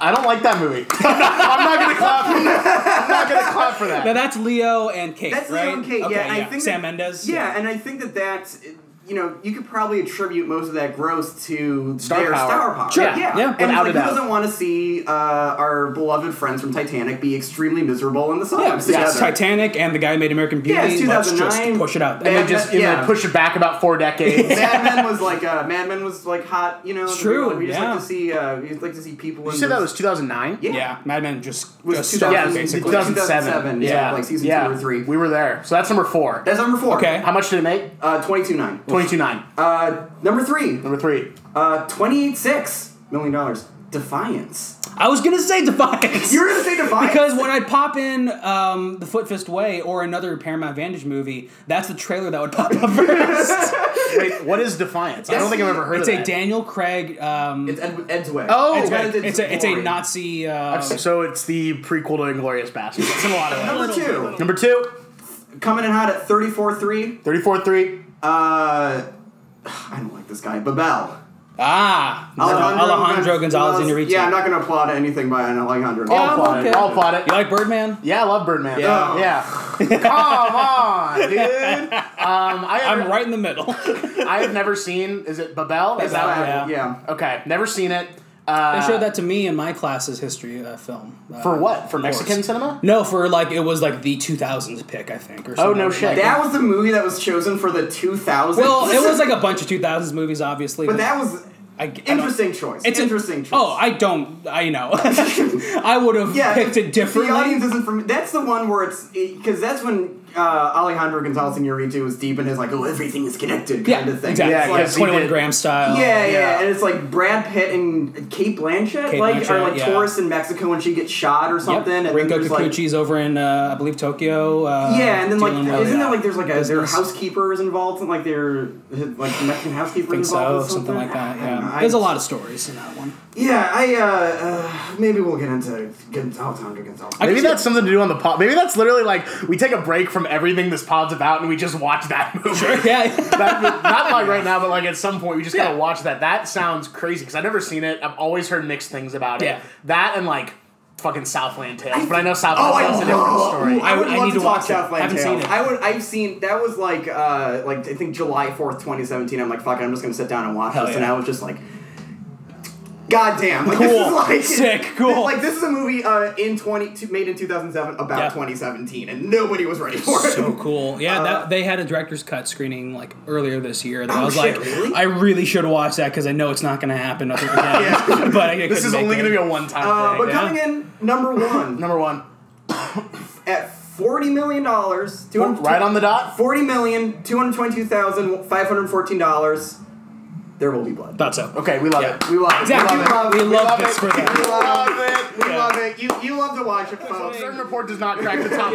S1: I don't like that movie. I'm not gonna clap. For that. I'm not gonna clap for that.
S3: Now that's Leo and Kate.
S4: That's
S3: right?
S4: Leo and Kate.
S3: Okay,
S4: yeah, I think
S3: Sam
S4: that-
S3: Mendes.
S4: Yeah, and I think that that's you know you could probably attribute most of that gross to
S1: Star
S4: their
S1: power.
S4: star power.
S3: Sure,
S4: yeah,
S3: yeah,
S1: without
S4: And it's like,
S1: a
S4: who
S1: doubt.
S4: doesn't want to see uh, our beloved friends from Titanic be extremely miserable in the
S3: Yeah,
S4: suburbs
S3: yeah, it's
S4: together?
S3: Titanic and the guy who made American Beauty.
S4: Yeah, it's
S3: Let's just
S4: 2009.
S3: push it out.
S1: And
S3: there.
S1: they just
S4: Yeah.
S1: you know, push it back about four decades.
S4: Mad Men was like uh, Mad Men was like hot. You know,
S3: It's
S4: we were
S3: true,
S4: like- We just
S3: yeah.
S4: like to see uh, we just like to see people.
S1: You
S4: in
S1: said that
S4: this-
S1: was 2009.
S4: yeah.
S3: yeah, Mad Men just
S4: Was
S3: just
S4: 2000
S3: started
S1: it was
S3: basically.
S4: 2007,
S1: Yeah,
S4: yeah, like season
S1: yeah.
S4: two or three.
S1: We were there, so that's Oh. number four.
S4: That's number four.
S3: Okay.
S1: How much did it make?
S4: Uh, twenty-two nine.
S1: Twenty-two nine.
S4: Uh, number three.
S1: Number three.
S4: Uh, twenty-eight six million dollars. Defiance.
S3: I was gonna say Defiance.
S4: You were gonna say Defiance
S3: because when I'd pop in um, the Foot Fist Way or another Paramount Vantage movie, that's the trailer that would pop up first.
S1: Wait, what is Defiance? I don't think I've ever heard
S3: it's
S1: of
S3: a
S1: that.
S3: Daniel Craig. Um,
S4: It's Ed, Ed's Way.
S1: Oh! Ed's
S4: Rather
S1: Way.
S4: than
S3: it's a it's a
S4: Glory.
S3: Nazi. Uh,
S1: Um, so it's the prequel to Inglorious Bastards. It's in a lot of ways.
S4: Number two,
S1: Number two,
S4: coming in hot at 34-3.
S1: 34 3.
S4: Uh, I don't like this guy, Babel.
S3: ah,
S4: Alejandro,
S3: Alejandro Gonzalez Inarritu.
S4: Yeah, I'm not gonna applaud anything by an Alejandro.
S1: I'll
S3: I'm
S1: applaud it.
S3: okay.
S1: I'll applaud it.
S3: You like Birdman?
S1: Yeah, I love Birdman.
S3: Yeah.
S1: Yeah. yeah. Come on, dude. Um, I,
S3: I'm right in the middle.
S1: I have never seen. Is it Babel? Is that
S3: Babel.
S4: yeah.
S3: Yeah.
S4: yeah.
S1: Okay, never seen it.
S3: They
S4: Uh,
S3: showed that to me in my class's history uh, film. Uh,
S1: For what? For
S3: of
S1: Mexican
S3: course.
S1: cinema?
S3: No, for like it was like the 2000s pick, I think. Or
S1: Oh,
S3: something
S1: no
S3: like
S1: shit.
S3: that.
S4: That was the movie that was chosen for the 2000s.
S3: well, it was like a bunch of 2000s movies, obviously.
S4: but that was
S3: I, I don't-
S4: interesting choice.
S3: It's an-
S4: interesting choice.
S3: Oh, I don't. I know. I would have
S4: yeah,
S3: picked it differently.
S4: The audience isn't from. That's the one where it's because that's when uh, Alejandro Gonzalez Inarritu was deep in his like, oh, everything is connected kind
S3: yeah,
S4: of thing.
S3: exactly.
S1: Yeah,
S4: It's like,
S1: 'cause he
S3: 21
S1: did-
S3: gram style.
S4: Yeah, yeah,
S1: Yeah.
S4: and it's like Brad Pitt and Kate Blanchett,
S3: Kate
S4: like are
S3: Blanchett,
S4: like
S3: yeah.
S4: tourists in Mexico when she gets shot or
S3: Yep.
S4: something. And
S3: Rinko
S4: then there's, like,
S3: Kikuchi's over in, uh, I believe, Tokyo. Uh,
S4: yeah, and then like
S3: dealing with-
S4: isn't there like there's like a there are
S3: Business.
S4: housekeepers involved and like they're like Mexican housekeepers
S3: I think
S4: involved
S3: so,
S4: with
S3: something like that.
S4: I don't know.
S3: Yeah,
S4: I-
S3: there's a lot of stories in that one.
S4: Yeah, I uh, uh maybe we'll get into Gonzalez Alejandro Gonzalez.
S1: Maybe
S3: Actually-
S1: that's something to do on the pod. Maybe that's literally like we take a break from everything this pod's about and we just watch that movie.
S3: Yeah.
S1: That- not like right now, but like at some point, we just gotta
S3: Yeah.
S1: watch that. That sounds crazy because I've never seen it. I've always heard mixed things about it.
S3: Yeah.
S1: That and like fucking Southland Tales, but I know Southland
S4: I
S1: Tales is a different
S4: love-
S1: story.
S4: I would
S3: I
S4: love
S3: need
S4: to,
S3: to
S4: talk
S3: watch it.
S4: Southland
S3: Haven't seen
S4: Tale.
S3: it.
S4: I would. I've seen that was like uh like I think July fourth, twenty seventeen. I'm like fuck it. I'm just gonna sit down and watch
S3: Hell
S4: this,
S3: yeah.
S4: and I was just like. God damn! Like,
S3: Cool.
S4: This is like,
S3: Sick. Cool.
S4: like this is a movie uh, in twenty two- made in two thousand seven about
S3: Yeah.
S4: twenty seventeen, and nobody was ready for it.
S3: So cool. Yeah,
S1: Uh,
S3: that, they had a director's cut screening like earlier this year that I
S4: Oh,
S3: was
S4: shit,
S3: like,
S4: really?
S3: I really should watch that because I know it's not going to happen. Nothing again.
S4: Yeah.
S3: but I
S1: This is only
S3: going to
S1: be a one time
S4: Uh,
S1: thing.
S4: but
S3: yeah.
S4: coming in number one
S1: Number one,
S4: at forty million dollars, two hundred
S1: right on the dot.
S4: forty million two hundred twenty-two thousand five hundred fourteen dollars. There will be blood.
S3: Thought so.
S1: Okay, we love
S3: Yeah.
S1: it.
S4: We love it.
S3: Exactly.
S4: We love it.
S3: We
S4: We
S3: love
S1: love
S3: this
S1: it.
S3: for that.
S4: We love
S1: it.
S4: it.
S1: Uh,
S4: We
S3: Yeah.
S4: love it. You you love to watch it, folks.
S1: Certain report does not crack the top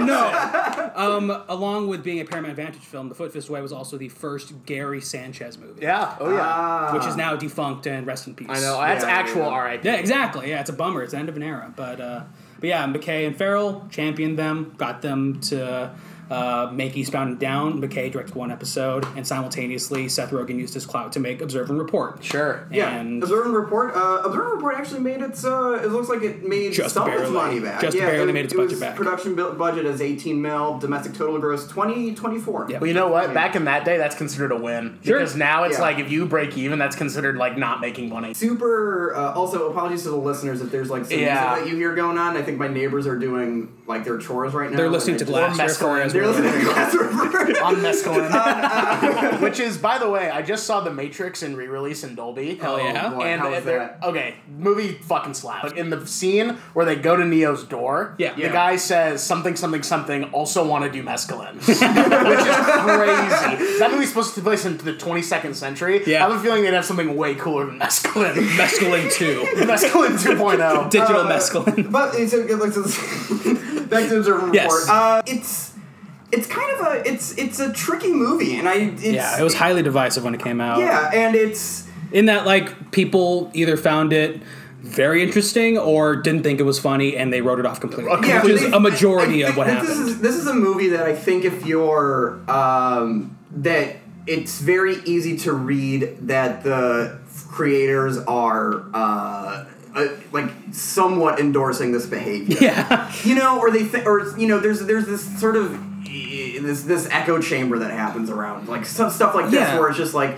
S3: no. Um, along with being a Paramount Vantage film, The Foot Fist Way was also the first Gary Sanchez movie,
S1: Yeah. Oh yeah.
S4: Ah.
S3: which is now defunct and rest in peace.
S1: I know. That's
S4: Yeah,
S1: actual
S4: yeah.
S1: RIP.
S3: Yeah, exactly. Yeah, it's a bummer. It's the end of an era. But uh, but yeah, McKay and Farrell championed them, got them to uh, make Eastbound and Down. McKay directed one episode, and simultaneously, Seth Rogen used his clout to make Observe and Report.
S1: Sure.
S4: Yeah,
S3: And-
S4: Observe and Report. Uh, Observe and Report actually made its. Uh, it looks like it made
S3: Just
S4: some of its
S3: barely.
S4: money back.
S3: Just
S4: yeah,
S3: barely
S4: it,
S3: made its
S4: it
S3: budget
S4: was
S3: back.
S4: Production bu- budget is 18 mil. Domestic total gross 20, 24.
S3: Yep.
S1: Well, you know what? Back in that day, that's considered a win
S3: Sure.
S1: because now it's
S4: Yeah.
S1: like if you break even, that's considered like not making money.
S4: Super. Uh, also, apologies to the listeners if there's like some
S1: Yeah.
S4: music that you hear going on. I think my neighbors are doing like their chores right now.
S3: They're
S4: and
S3: listening
S4: they
S3: to
S4: just-
S3: Glass
S1: mescaline.
S3: River as
S4: They're
S3: well.
S4: listening to Glass River.
S1: on mescaline. Um, uh, Which is, by the way, I just saw The Matrix in re-release in Dolby.
S3: Hell Oh, yeah.
S4: boy.
S1: And uh,
S4: How was
S1: they're-
S4: that?
S1: okay, movie fucking slaps. In the scene where they go to Neo's door,
S3: Yeah.
S1: the
S3: Yeah.
S1: guy says something, something, something. Also want to do mescaline, which is crazy. That movie's supposed to take place in the 22nd century.
S3: Yeah.
S1: I have a feeling they'd have something way cooler than mescaline.
S3: Mescaline 2.
S1: mescaline oh. 2.0.
S3: Digital
S4: Uh,
S3: mescaline.
S4: But it's a good looks. Back to observant
S3: Yes.
S4: report. Uh, it's it's kind of a it's it's a tricky movie, and I it's,
S3: Yeah, it was highly divisive when it came out.
S4: yeah, and it's
S3: In that, like, people either found it very interesting or didn't think it was funny and they wrote it off completely.
S4: yeah,
S3: which is
S4: they-
S3: a majority
S4: I
S3: of what
S4: think
S3: happened.
S4: this Is, this is a movie that I think if you're um, that it's very easy to read that the creators are. Uh, uh, like somewhat endorsing this behavior.
S3: yeah.
S4: you know, or they think, or you know, there's there's this sort of eh, this this echo chamber that happens around like stuff stuff like this
S3: Yeah.
S4: where it's just like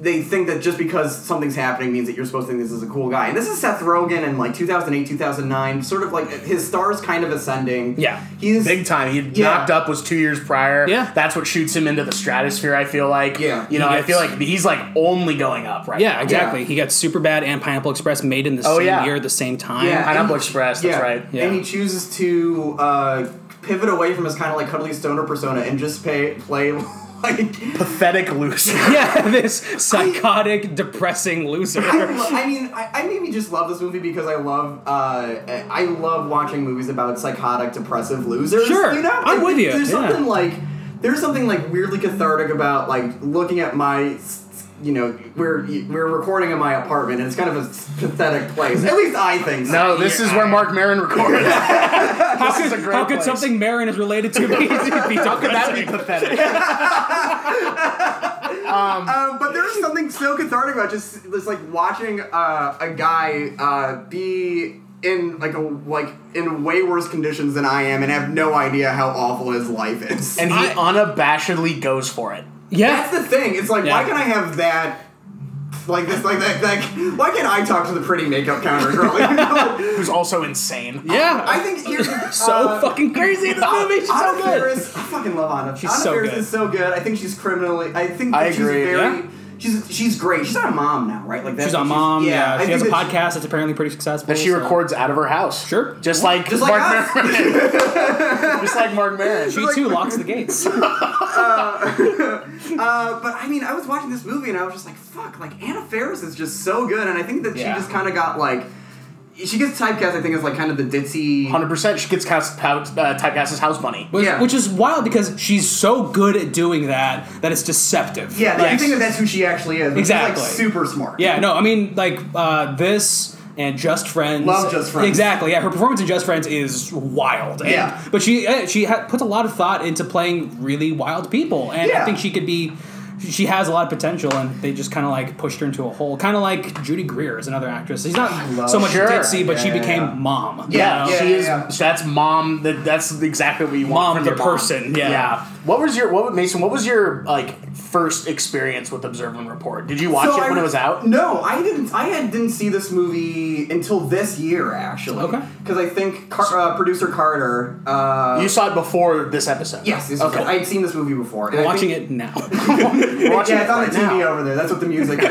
S4: they think that just because something's happening means that you're supposed to think this is a cool guy. And this is Seth Rogen in like 2008, 2009, sort of like his star's kind of ascending.
S3: Yeah.
S4: he's
S1: Big time. He
S4: Yeah.
S1: knocked up was two years prior.
S3: Yeah.
S1: That's what shoots him into the stratosphere, I feel like.
S4: Yeah.
S1: You know,
S3: He
S1: I feel
S3: gets-
S1: like he's like only going up right
S3: Yeah,
S1: now.
S3: exactly.
S4: Yeah.
S3: He got Super Bad and Pineapple Express made in the
S1: Oh,
S3: same
S1: yeah.
S3: year at the same time.
S4: Yeah.
S1: Pineapple Express, that's
S4: yeah,
S1: right.
S3: Yeah.
S4: and he chooses to uh, pivot away from his kind of like cuddly stoner persona and just pay, play like
S1: Pathetic loser.
S3: Yeah, this psychotic, depressing loser.
S4: I, lo- I mean, I, I maybe just love this movie because I love uh, I love watching movies about psychotic, depressive losers.
S3: Sure.
S4: you know,
S3: I'm
S4: Like,
S3: with you,
S4: There's
S3: yeah.
S4: something like there's something like weirdly cathartic about like looking at my. s- s- You know, we're we're recording in my apartment, and it's kind of a s- pathetic place. At least I think. so.
S1: No, this is where Mark Marin recorded.
S3: how
S1: is
S3: could,
S1: a great
S3: how could
S1: place.
S3: something Marin is related to be, be
S1: How could that be
S3: depressing?
S1: pathetic?
S4: Uh, but there's something so cathartic about just this, like watching uh, a guy uh, be in like a like in way worse conditions than I am, and have no idea how awful his life is.
S1: And he
S3: I-
S1: unabashedly goes for it.
S3: Yeah.
S4: that's the thing. It's like,
S3: Yeah.
S4: why can I have that? Like this, like that, like why can't I talk to the pretty makeup counter girl? You know?
S1: Who's also insane.
S3: Yeah.
S4: I think uh, here's
S3: so fucking crazy in this movie. She's so
S4: Anna
S3: good.
S4: Faris, I fucking love Anna. She's Anna
S3: so
S4: Faris
S3: good.
S4: is so good. I think she's criminally. I think
S1: I
S4: that she's
S1: agree,
S4: very.
S3: yeah.
S4: She's she's great. She's not a mom now, right? Like that's
S3: She's a
S4: what
S3: mom. Yeah.
S4: I
S3: She has a
S4: think
S3: podcast
S4: that
S3: that's apparently pretty successful.
S1: That she
S3: so-
S1: records out of her house.
S3: Sure.
S1: Just like,
S4: Just like
S1: Mark
S4: us.
S1: Maron. Just like Mark Maron.
S3: She too locks the gates.
S4: Uh, but I mean, I was watching this movie and I was just like, fuck. Like Anna Faris is just so good, and I think that
S3: Yeah.
S4: she just kind of got like. She gets typecast, I think, as like kind of the ditzy.
S1: 100%. She gets cast, pout, uh, typecast as House Bunny.
S3: Which,
S4: Yeah.
S3: which is wild because she's so good at doing that that it's deceptive.
S4: Yeah,
S3: Like,
S4: I think that that's who she actually is. which is,
S3: Exactly.
S4: like super smart.
S3: Yeah, no, I mean like uh, this and Just Friends.
S4: Love Just Friends.
S3: Exactly. Yeah, her performance in Just Friends is wild. and- eh,
S4: Yeah.
S3: But she uh, she ha- puts a lot of thought into playing really wild people, and I
S4: Yeah.
S3: think she could be she has a lot of potential, and they just kind of like pushed her into a hole. Kind of like Judy Greer is another actress. She's not so much
S1: Sure.
S3: ditzy, but she
S4: Yeah, yeah,
S3: became
S4: yeah.
S3: mom. you
S1: Yeah,
S3: know?
S2: yeah,
S1: she is.
S2: yeah.
S1: That's mom. That, that's exactly what you want.
S3: Mom,
S1: from
S3: the
S1: your
S3: person, yeah.
S1: What was your what Mason? What was your like first experience with Observe and Report? Did you watch
S4: So
S1: it
S4: I-
S1: when it was out?
S4: No, I didn't. I had, didn't see this movie until this year, actually.
S3: Okay.
S4: Because I think Car- uh, producer Carter. Uh,
S1: You saw it before this episode.
S4: yes, this was
S1: okay.
S4: it. I had seen this movie before.
S3: We're watching it now.
S1: We're watching
S4: yeah,
S1: it
S4: it's on
S1: right
S4: the TV
S1: now.
S4: over there. That's what the music is.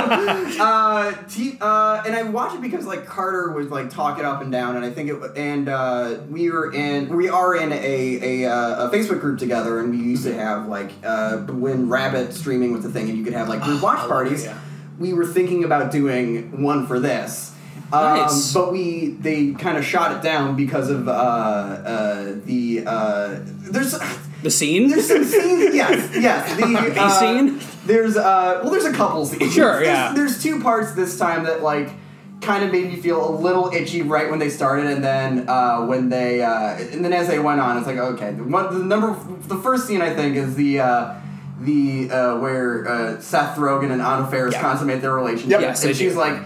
S4: uh, t- uh, and I watched it because like Carter would like talk it up and down, and I think it. w- And uh, we were in, we are in a a, uh, a Facebook group together, and we used
S1: Mm-hmm.
S4: to have like uh, when Rabbit streaming was a thing, and you could have like
S1: Ah,
S4: group watch parties.
S3: yeah.
S4: We were thinking about doing one for this.
S3: Nice.
S4: Um, but we they kind of shot it down because of uh, uh, the uh, there's
S3: the scene.
S4: there's some scenes. Yes, yes. The,
S3: A
S4: uh,
S3: scene?
S4: There's uh, well, there's a couple scenes.
S3: Sure,
S4: There's-
S3: yeah.
S4: There's two parts this time that like kind of made me feel a little itchy right when they started, and then uh, when they uh, and then as they went on, it's like okay, the one the number the first scene I think is the. Uh, the uh, where uh, Seth Rogen and Anna Faris
S3: Yeah.
S4: consummate their relationship,
S3: Yes, they
S4: and she's
S3: do.
S4: like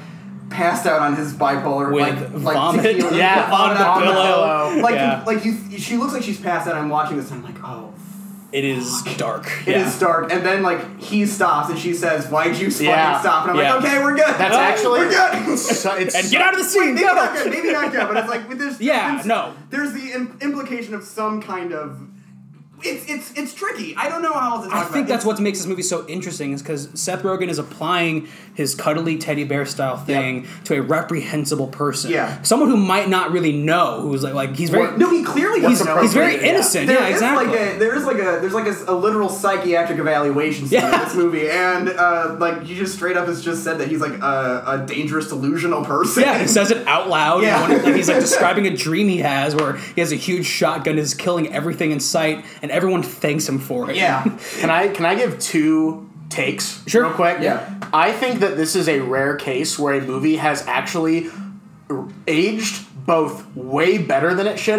S4: passed out on his bipolar,
S3: With
S4: like like
S3: vomit.
S4: tequila-
S1: Yeah,
S4: vomit
S1: on
S4: out
S1: the
S4: of
S1: pillow.
S4: pillow. like
S3: Yeah.
S4: like you, she looks like she's passed out. I'm watching this, and I'm like, oh
S3: It is dark.
S4: it
S3: yeah.
S4: is dark, and then like he stops and she says, "Why'd you fucking
S1: Yeah.
S4: stop?" And I'm
S3: Yeah.
S4: like, "Okay, we're good.
S1: That's
S4: Oh,
S1: actually-
S4: we're good."
S1: So it's,
S3: And get out of the scene.
S4: maybe not good. Maybe not good. But it's like there's
S3: Yeah,
S4: there's-
S3: no.
S4: There's the Im- implication of some kind of. It's it's it's tricky. I don't know how else to talk
S3: I
S4: about.
S3: think
S4: it.
S3: that's what makes this movie so interesting is because Seth Rogen is applying his cuddly teddy bear style thing to a reprehensible person.
S4: Yeah.
S3: Someone who might not really know, who's like, like he's very,
S4: no, he clearly
S3: he's,
S4: doesn't know.
S3: he's very
S1: appropriate, yeah.
S3: innocent.
S4: There
S3: yeah,
S4: is,
S3: exactly.
S4: like a there is like a there's like a, a literal psychiatric evaluation scene
S3: Yeah.
S4: in this movie, and uh, like you just straight up has just said that he's like a, a dangerous delusional person.
S3: yeah, he says it out loud.
S4: Yeah.
S3: and when- like, he's like describing a dream he has where he has a huge shotgun, is killing everything in sight, and everyone thanks him for it.
S4: yeah.
S1: Can I can I give two takes
S3: Sure.
S1: real quick?
S4: Yeah.
S1: I think that this is a rare case where a movie has actually r- aged both way better than it should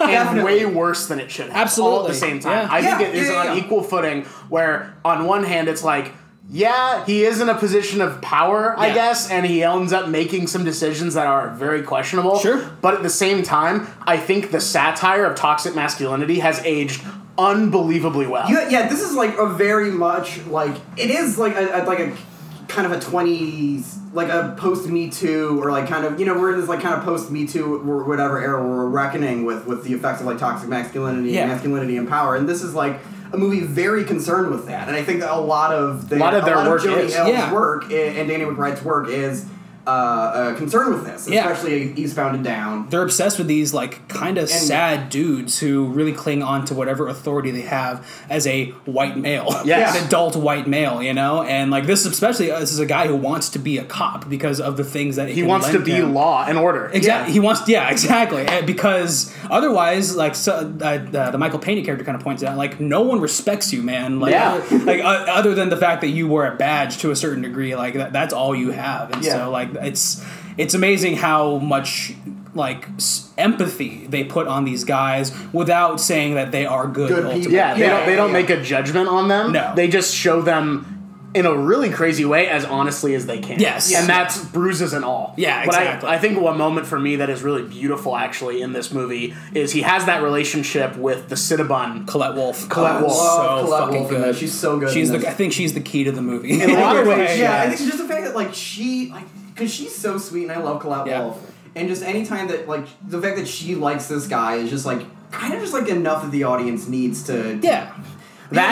S1: and way worse than it should have. All at
S3: Absolutely.
S1: the same time.
S3: Yeah.
S1: I
S4: Yeah,
S1: think it is
S4: yeah, yeah.
S1: on equal footing where on one hand it's like yeah, he is in a position of power, I
S3: Yeah.
S1: guess, and he ends up making some decisions that are very questionable.
S3: Sure.
S1: But at the same time, I think the satire of toxic masculinity has aged unbelievably well.
S4: Yeah, yeah, this is like a very much like it is like a, a like a kind of a twenties like a post Me Too or like kind of you know we're in this like kind of post Me Too or whatever era where we're reckoning with with the effects of like toxic masculinity
S3: Yeah.
S4: and masculinity and power, and this is like a movie very concerned with that, and I think that a lot of the,
S1: A lot of their work
S4: Jody
S1: is.
S4: Hill's
S3: Yeah.
S4: work i- and Danny McBride's work is. Uh, uh, concerned with this,
S3: Yeah.
S4: especially Eastbound and Down.
S3: Um, they're obsessed with these like kind of sad dudes who really cling on to whatever authority they have as a white male
S1: Yes.
S3: an adult white male you know and like this especially uh, this is a guy who wants to be a cop because of the things that
S1: He wants to be law and order.
S3: Exactly. He wants. Yeah. Exactly. Eh, Because otherwise, like so, uh, uh, the Michael Pena character kind of points it out, like no one respects you, man. Like,
S1: Yeah.
S3: other- like uh, other than the fact that you wear a badge to a certain degree, like that, that's all you have. And
S4: Yeah.
S3: so, like, it's it's amazing how much like s- empathy they put on these guys without saying that they are good.
S4: Good
S3: ultimately.
S4: people.
S1: Yeah, they
S4: Yeah,
S1: don't they
S4: yeah,
S1: don't
S4: yeah.
S1: make a judgment on them.
S3: No.
S1: They just show them in a really crazy way as honestly as they can.
S3: Yes.
S1: And that's bruises and all.
S3: Yeah,
S1: but I-
S3: exactly.
S1: I, think one moment for me that is really beautiful actually in this movie is he has that relationship with the Cinnabon.
S3: Colette Wolf.
S1: Colette
S3: Oh,
S1: Wolf.
S4: Love
S3: So
S4: Colette
S3: fucking
S4: Wolf in
S3: good.
S4: this. She's so good
S3: She's
S4: in
S3: the.
S4: this.
S3: I think she's the key to the movie. In
S1: a lot of ways,
S4: Yeah, I think just the fact that like she like because she's so sweet and I love Colette
S3: Yeah.
S4: Wolf, and just anytime that like the fact that she likes this guy is just like kind of just like enough that the audience needs to
S3: Yeah.
S1: That-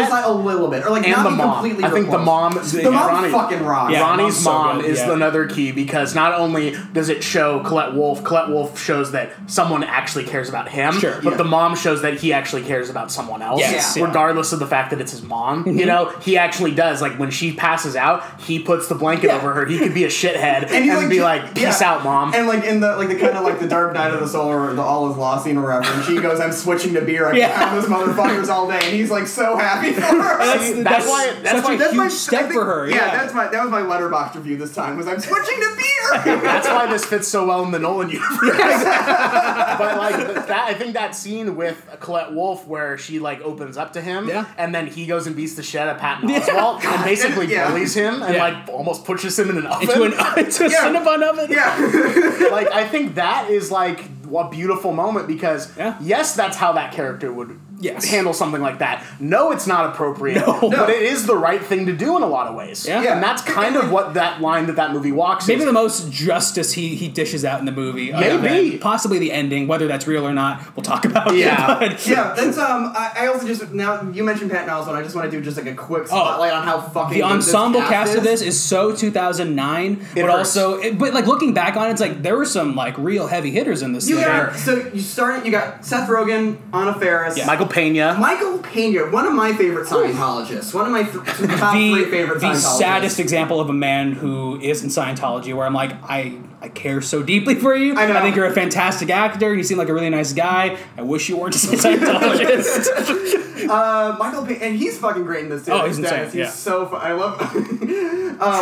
S4: that's like a little bit or like
S1: And
S4: not
S1: the
S4: be
S1: mom.
S4: completely
S1: I think the
S4: repulsed.
S1: mom-
S4: the mom
S1: Ronnie-
S4: fucking rocks
S3: Yeah.
S1: Ronnie's
S3: mom's so
S1: mom
S3: good,
S1: is
S3: yeah.
S1: another key because not only does it show Colette Wolf, Colette Wolf shows that someone actually cares about him,
S3: Sure.
S1: but
S4: Yeah.
S1: the mom shows that he actually cares about someone else.
S3: Yes, Yeah. yeah.
S1: Regardless of the fact that it's his mom, you know, he actually does. Like when she passes out, he puts the blanket
S3: Yeah.
S1: over her. He could be a shithead
S4: And
S1: and,
S4: he's like,
S1: be like, "Peace
S4: yeah.
S1: out, mom."
S4: And like in the like the kind of like the Dark Knight of the Soul or the All Is Lost scene or whatever, and she goes, "I'm switching to beer. I
S3: Yeah.
S4: yeah. those motherfuckers all day," and he's like so happy for her.
S1: That's-
S4: yeah,
S1: that's why- that's
S3: such
S1: why-
S3: a
S1: that's
S3: huge
S1: my-
S3: step
S4: I think-
S3: for her. Yeah,
S4: that's my that was my letterbox review this time. Was I'm switching to beer.
S1: That's why this fits so well in the Nolan universe. but like th- that, I think that scene with Colette Wolf where she like opens up to him,
S3: Yeah.
S1: and then he goes and beats the shit out of Patton Oswalt and basically
S4: Yeah.
S1: bullies him and
S3: Yeah.
S1: like almost pushes him in an oven.
S3: into an into a
S4: Yeah.
S3: Cinnabon oven.
S4: yeah.
S1: like I think that is like a beautiful moment because
S3: Yeah.
S1: yes, that's how that character would
S3: Yes.
S1: handle something like that. No, it's not appropriate, but it is the right thing to do in a lot of ways.
S3: Yeah.
S1: and that's kind of what that line that that movie walks.
S3: Maybe
S1: is.
S3: the most justice he, he dishes out in the movie. other
S1: Maybe.
S3: than possibly the ending, whether that's real or not, we'll talk about.
S1: Yeah.
S3: but-
S4: yeah, that's um. I, I also just now you mentioned Patton Oswalt. I just want to do just like a quick spotlight on how fucking
S3: Oh. the
S4: good this
S3: ensemble cast, of
S4: is.
S3: this is so 2009, but
S1: hurts.
S3: also, it, but like looking back on it, it's like there were some like real heavy hitters in this.
S4: You
S3: thing.
S4: got so you start. You got Seth Rogen, Anna Faris,
S1: Michael Pena.
S4: Michael Pena, one of my favorite Scientologists, one of my th- top
S3: the,
S4: three favorite
S3: the
S4: Scientologists.
S3: saddest example of a man who is in Scientology, where I'm like, I, I care so deeply for you.
S4: I know.
S3: think you're a fantastic actor. You seem like a really nice guy. I wish you weren't a Scientologist.
S4: Uh, Michael Pena, and he's fucking great in this. Too.
S3: Oh, he's
S4: Dennis,
S3: insane,
S4: He's
S3: yeah.
S4: so. Fu- I love.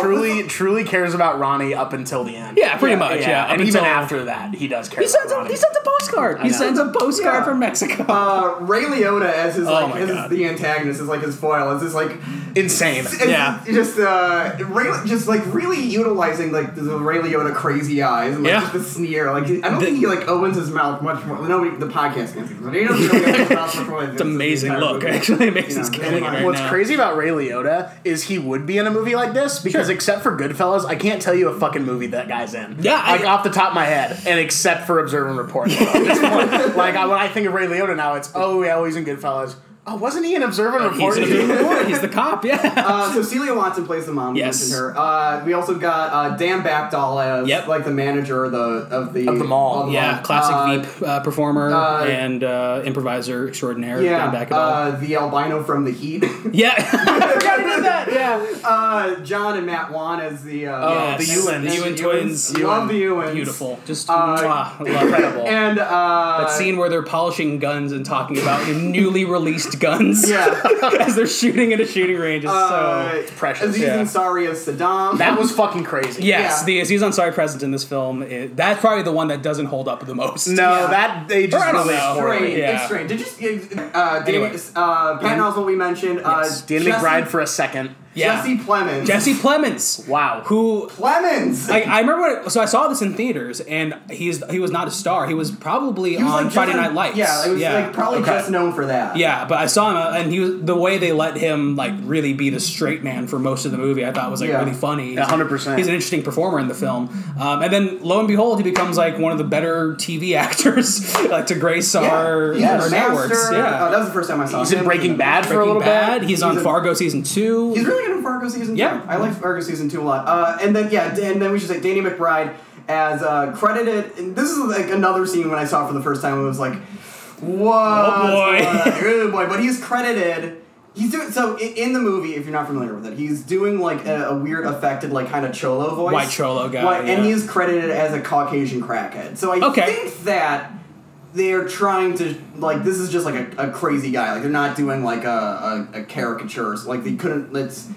S1: truly truly cares about Ronnie up until the end.
S3: Oh. yeah, pretty much. Yeah,
S1: and
S3: up
S1: even
S3: until-
S1: after that, he does care.
S3: He sends
S1: about
S3: a,
S1: Ronnie.
S3: he sends a postcard. He
S1: know.
S3: sends a postcard
S4: Yeah.
S3: from Mexico.
S4: uh, Ray Liotta as his like
S3: Oh my
S4: as
S3: God.
S4: the antagonist is like his foil. Is this like
S1: insane.
S4: it's
S3: Yeah.
S4: just uh, Ray, just like really utilizing like the Ray Liotta crazy eyes and like
S3: Yeah.
S4: just the sneer. Like I don't
S3: The-
S4: think he like opens his mouth much more. Nobody, the podcast can see, but he doesn't really open his mouth much more.
S3: it's amazing look. Actually, Mason's
S4: You know,
S3: killing it
S4: and
S3: right
S1: What's
S3: now.
S1: crazy about Ray Liotta is he would be in a movie like this because except for Goodfellas, I can't tell you a fucking movie that guy's in.
S3: Yeah, I-
S1: like off the top of my head, and except for Observe and Report. At this point, like I, when I think of Ray Liotta now, it's oh yeah, well, he's in Goodfellas. Oh, wasn't he in Observe and
S3: He's,
S1: Report?
S3: in the report. He's the cop. Yeah.
S4: Uh, so Celia Watson plays the mom. We
S3: Yes.
S4: mentioned her. Uh, we also got uh, Dan Backdoll as
S3: Yep.
S4: like the manager of the of the
S1: Of the mall.
S3: yeah,
S4: mall.
S3: classic
S4: Uh,
S3: Veep uh, performer
S4: uh,
S3: and uh, improviser extraordinaire.
S4: Yeah,
S3: Don Bacadol.
S4: uh, the albino from the Heat.
S3: yeah. I forgot he did that. Yeah.
S4: uh, John and Matt Wan as the
S3: Oh,
S4: uh,
S1: the Ewans.
S3: The Ewan
S1: Ewans.
S3: twins.
S4: Love the Ewans.
S3: Beautiful. Just
S4: Uh,
S3: mwah, love it.
S4: And uh,
S3: That scene where they're polishing guns and talking about the newly released guns
S4: Yeah.
S3: as they're shooting at a shooting range is
S4: uh,
S3: so.
S1: precious,
S4: Aziz
S3: yeah.
S4: Ansari as Saddam.
S1: that was fucking crazy.
S3: Yes,
S4: yeah.
S3: the Aziz Ansari presence in this film, is, that's probably the one that doesn't hold up the most.
S1: No,
S4: Yeah.
S1: that they just
S3: I don't
S1: really
S3: know.
S1: poorly.
S4: Strange,
S3: Yeah.
S4: it's strange. Did you? Uh, Danny,
S3: Anyway.
S4: uh, Patton Oswalt we mentioned.
S3: Yes.
S4: Uh,
S1: Dan
S4: Jesse-
S1: McBride for a second.
S3: Yeah.
S4: Jesse Plemons.
S3: Jesse Plemons.
S1: Wow.
S3: Who
S4: Plemons.
S3: I, I remember when, so I saw this in theaters, and he's he was not a star. He was probably
S4: He was,
S3: on
S4: like,
S3: Friday
S4: just-
S3: Night Lights.
S4: Yeah, it was like probably
S1: Okay.
S4: just known for that.
S3: Yeah, but I saw him, uh, and he was the way they let him like really be the straight man for most of the movie. I thought was like
S4: Yeah.
S3: really funny. He's-
S1: 100%.
S3: He's an interesting performer in the film, um, and then lo and behold, he becomes like one of the better TV actors like to grace our,
S4: Yeah,
S3: our
S4: Master-
S3: networks. Yeah,
S4: Oh, that was the first time I saw
S1: He's
S4: him.
S1: in Breaking Bad for a
S3: Breaking
S1: little
S3: Bad.
S1: bit.
S3: He's, on
S4: a-
S3: Fargo season two.
S4: He's really good in Fargo season. two.
S3: Yeah.
S4: I like Fargo season two a lot. Uh, and then yeah, and then we should say Danny McBride as uh, credited. And this is like another scene when I saw it for the first time. It was like, whoa,
S3: boy.
S4: oh boy. But he's credited. He's doing so i- in the movie. If you're not familiar with it, he's doing like a, a weird affected, like kind of cholo voice,
S3: White cholo guy,
S4: White- and
S3: yeah.
S4: he's credited as a Caucasian crackhead. So I
S3: Okay.
S4: think that they're trying to like this is just like a, a crazy guy like they're not doing like a, a, a caricature so, like they couldn't it's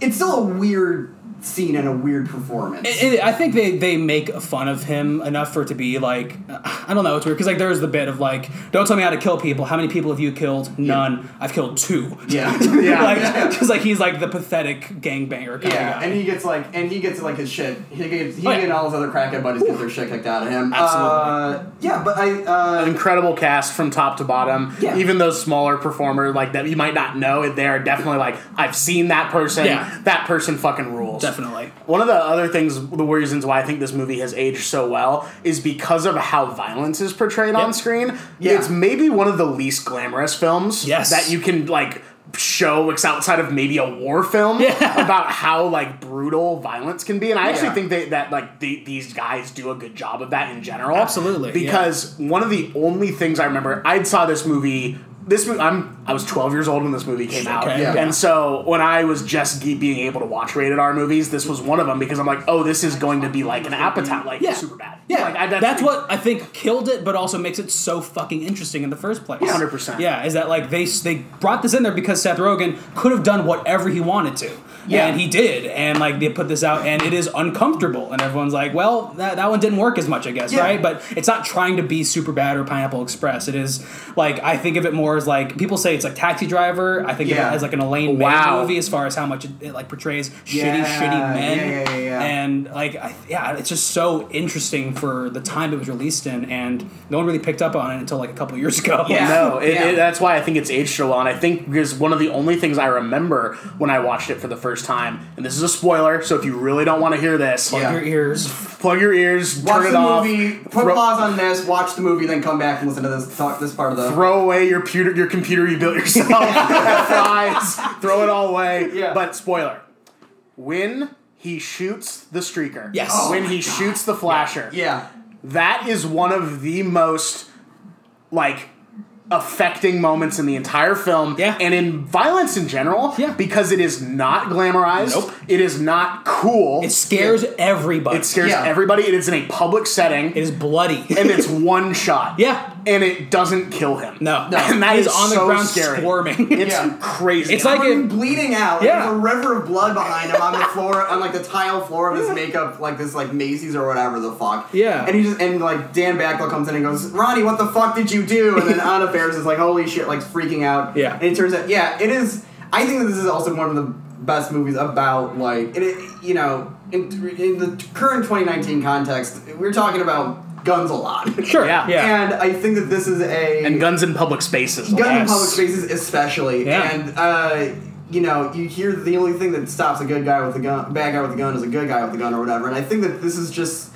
S4: it's still a weird scene and a weird performance
S3: It, it- I think they, they make fun of him enough for it to be like I don't know it's weird because like there's the bit of like don't tell me how to kill people how many people have you killed none I've killed two
S4: yeah
S1: Yeah.
S3: like because like he's like the pathetic gangbanger kind of
S4: yeah
S3: guy
S4: and he gets like and he gets like his shit he gets he
S3: Oh, yeah.
S4: and all his other crackhead buddies get their shit kicked out of him
S3: Absolutely.
S4: uh, yeah but I uh,
S1: incredible cast from top to bottom.
S4: Yeah.
S1: Even those smaller performers like that you might not know, they are definitely like I've seen that person.
S3: Yeah.
S1: That person fucking rules.
S3: definitely
S1: One of the other things, the reasons why I think this movie has aged so well is because of how violence is portrayed on screen.
S4: Yeah.
S1: It's maybe one of the least glamorous films
S3: Yes.
S1: that you can like show ex- outside of maybe a war film about how like brutal violence can be and i actually
S4: Yeah.
S1: think they, that like the, these guys do a good job of that in general
S3: Absolutely, yeah.
S1: because one of the only things i remember i saw this movie this movie i'm i was 12 years old when this movie came out
S3: Okay.
S4: Yeah.
S1: and so when I was just ge- being able to watch rated R movies, this was one of them because I'm like, oh, this is going to be like an appetite, like
S3: Yeah.
S1: super bad.
S3: Yeah,
S1: Like, I-
S3: that's,
S1: that's-
S3: what I think killed it, but also makes it so fucking interesting in the first place.
S1: 100%.
S3: Yeah, is that like they they brought this in there because Seth Rogen could have done whatever he wanted to,
S1: Yeah.
S3: and he did, and like they put this out, and it is uncomfortable, and everyone's like, well, that, that one didn't work as much, I guess,
S2: Yeah.
S3: right? But it's not trying to be super bad or Pineapple Express. It is like I think of it more as like people say it's like Taxi Driver. I think
S2: Yeah.
S3: of it as like an Elaine May
S1: Wow.
S3: movie as far as how much it, it like portrays shitty,
S4: Yeah,
S3: shitty men,
S4: yeah, yeah, yeah, yeah.
S3: and like I, yeah, it's just so interesting for the time it was released in, and no one really picked up on it until like a couple years ago.
S2: Yeah.
S1: No, it,
S2: Yeah.
S1: it, that's why I think it's aged so well. And I think because one of the only things I remember when I watched it for the first time, and this is a spoiler, so if you really don't want to hear this,
S3: Plug
S2: Yeah.
S3: your ears.
S1: plug your ears,
S4: Watch
S1: turn it
S4: the
S1: off,
S4: movie. Put
S1: throw,
S4: pause on this. Watch the movie, then come back and listen to this talk. This part of the.
S1: throw away your computer, your computer you built yourself, Have fries, throw it all away.
S4: Yeah.
S1: But spoiler, when he shoots the streaker,
S3: Yes. Oh
S1: when he shoots the flasher,
S4: yeah.
S1: that is one of the most like affecting moments in the entire film
S3: Yeah.
S1: and in violence in general
S3: Yeah.
S1: because it is not glamorized
S3: Nope.
S1: it is not cool
S3: It scares everybody.
S1: it scares
S2: Yeah.
S1: everybody it is in a public setting
S3: it is bloody.
S1: and it's one shot
S3: yeah.
S1: and it doesn't kill him
S3: No. No.
S1: and that
S3: He's
S1: is
S3: on the
S1: so
S3: ground
S1: scary.
S3: squirming.
S1: it's
S2: Yeah.
S1: crazy
S3: It's like
S4: Fucking
S3: if
S4: bleeding out.
S3: Yeah.
S4: Yeah. There's a river of blood behind him on the floor, on like the tile floor of his makeup, like this like Macy's or whatever the fuck.
S3: Yeah.
S4: And he just and like Dan Backel comes in and goes, Ronnie, what the fuck did you do? And then Anna Faris is like, holy shit, like freaking out.
S3: Yeah.
S4: And it turns out, yeah, it is. I think that this is also one of the best movies about like, and it, you know, in, in the current 2019 context, we're talking about guns a lot.
S3: sure.
S1: Yeah.
S3: Yeah.
S4: And I think that this is a
S1: and guns in public spaces
S4: gun in
S3: Yes.
S4: public spaces especially
S3: Yeah.
S4: and uh, you know you hear the only thing that stops a good guy with a gun bad guy with a gun is a good guy with a gun or whatever and i think that this is just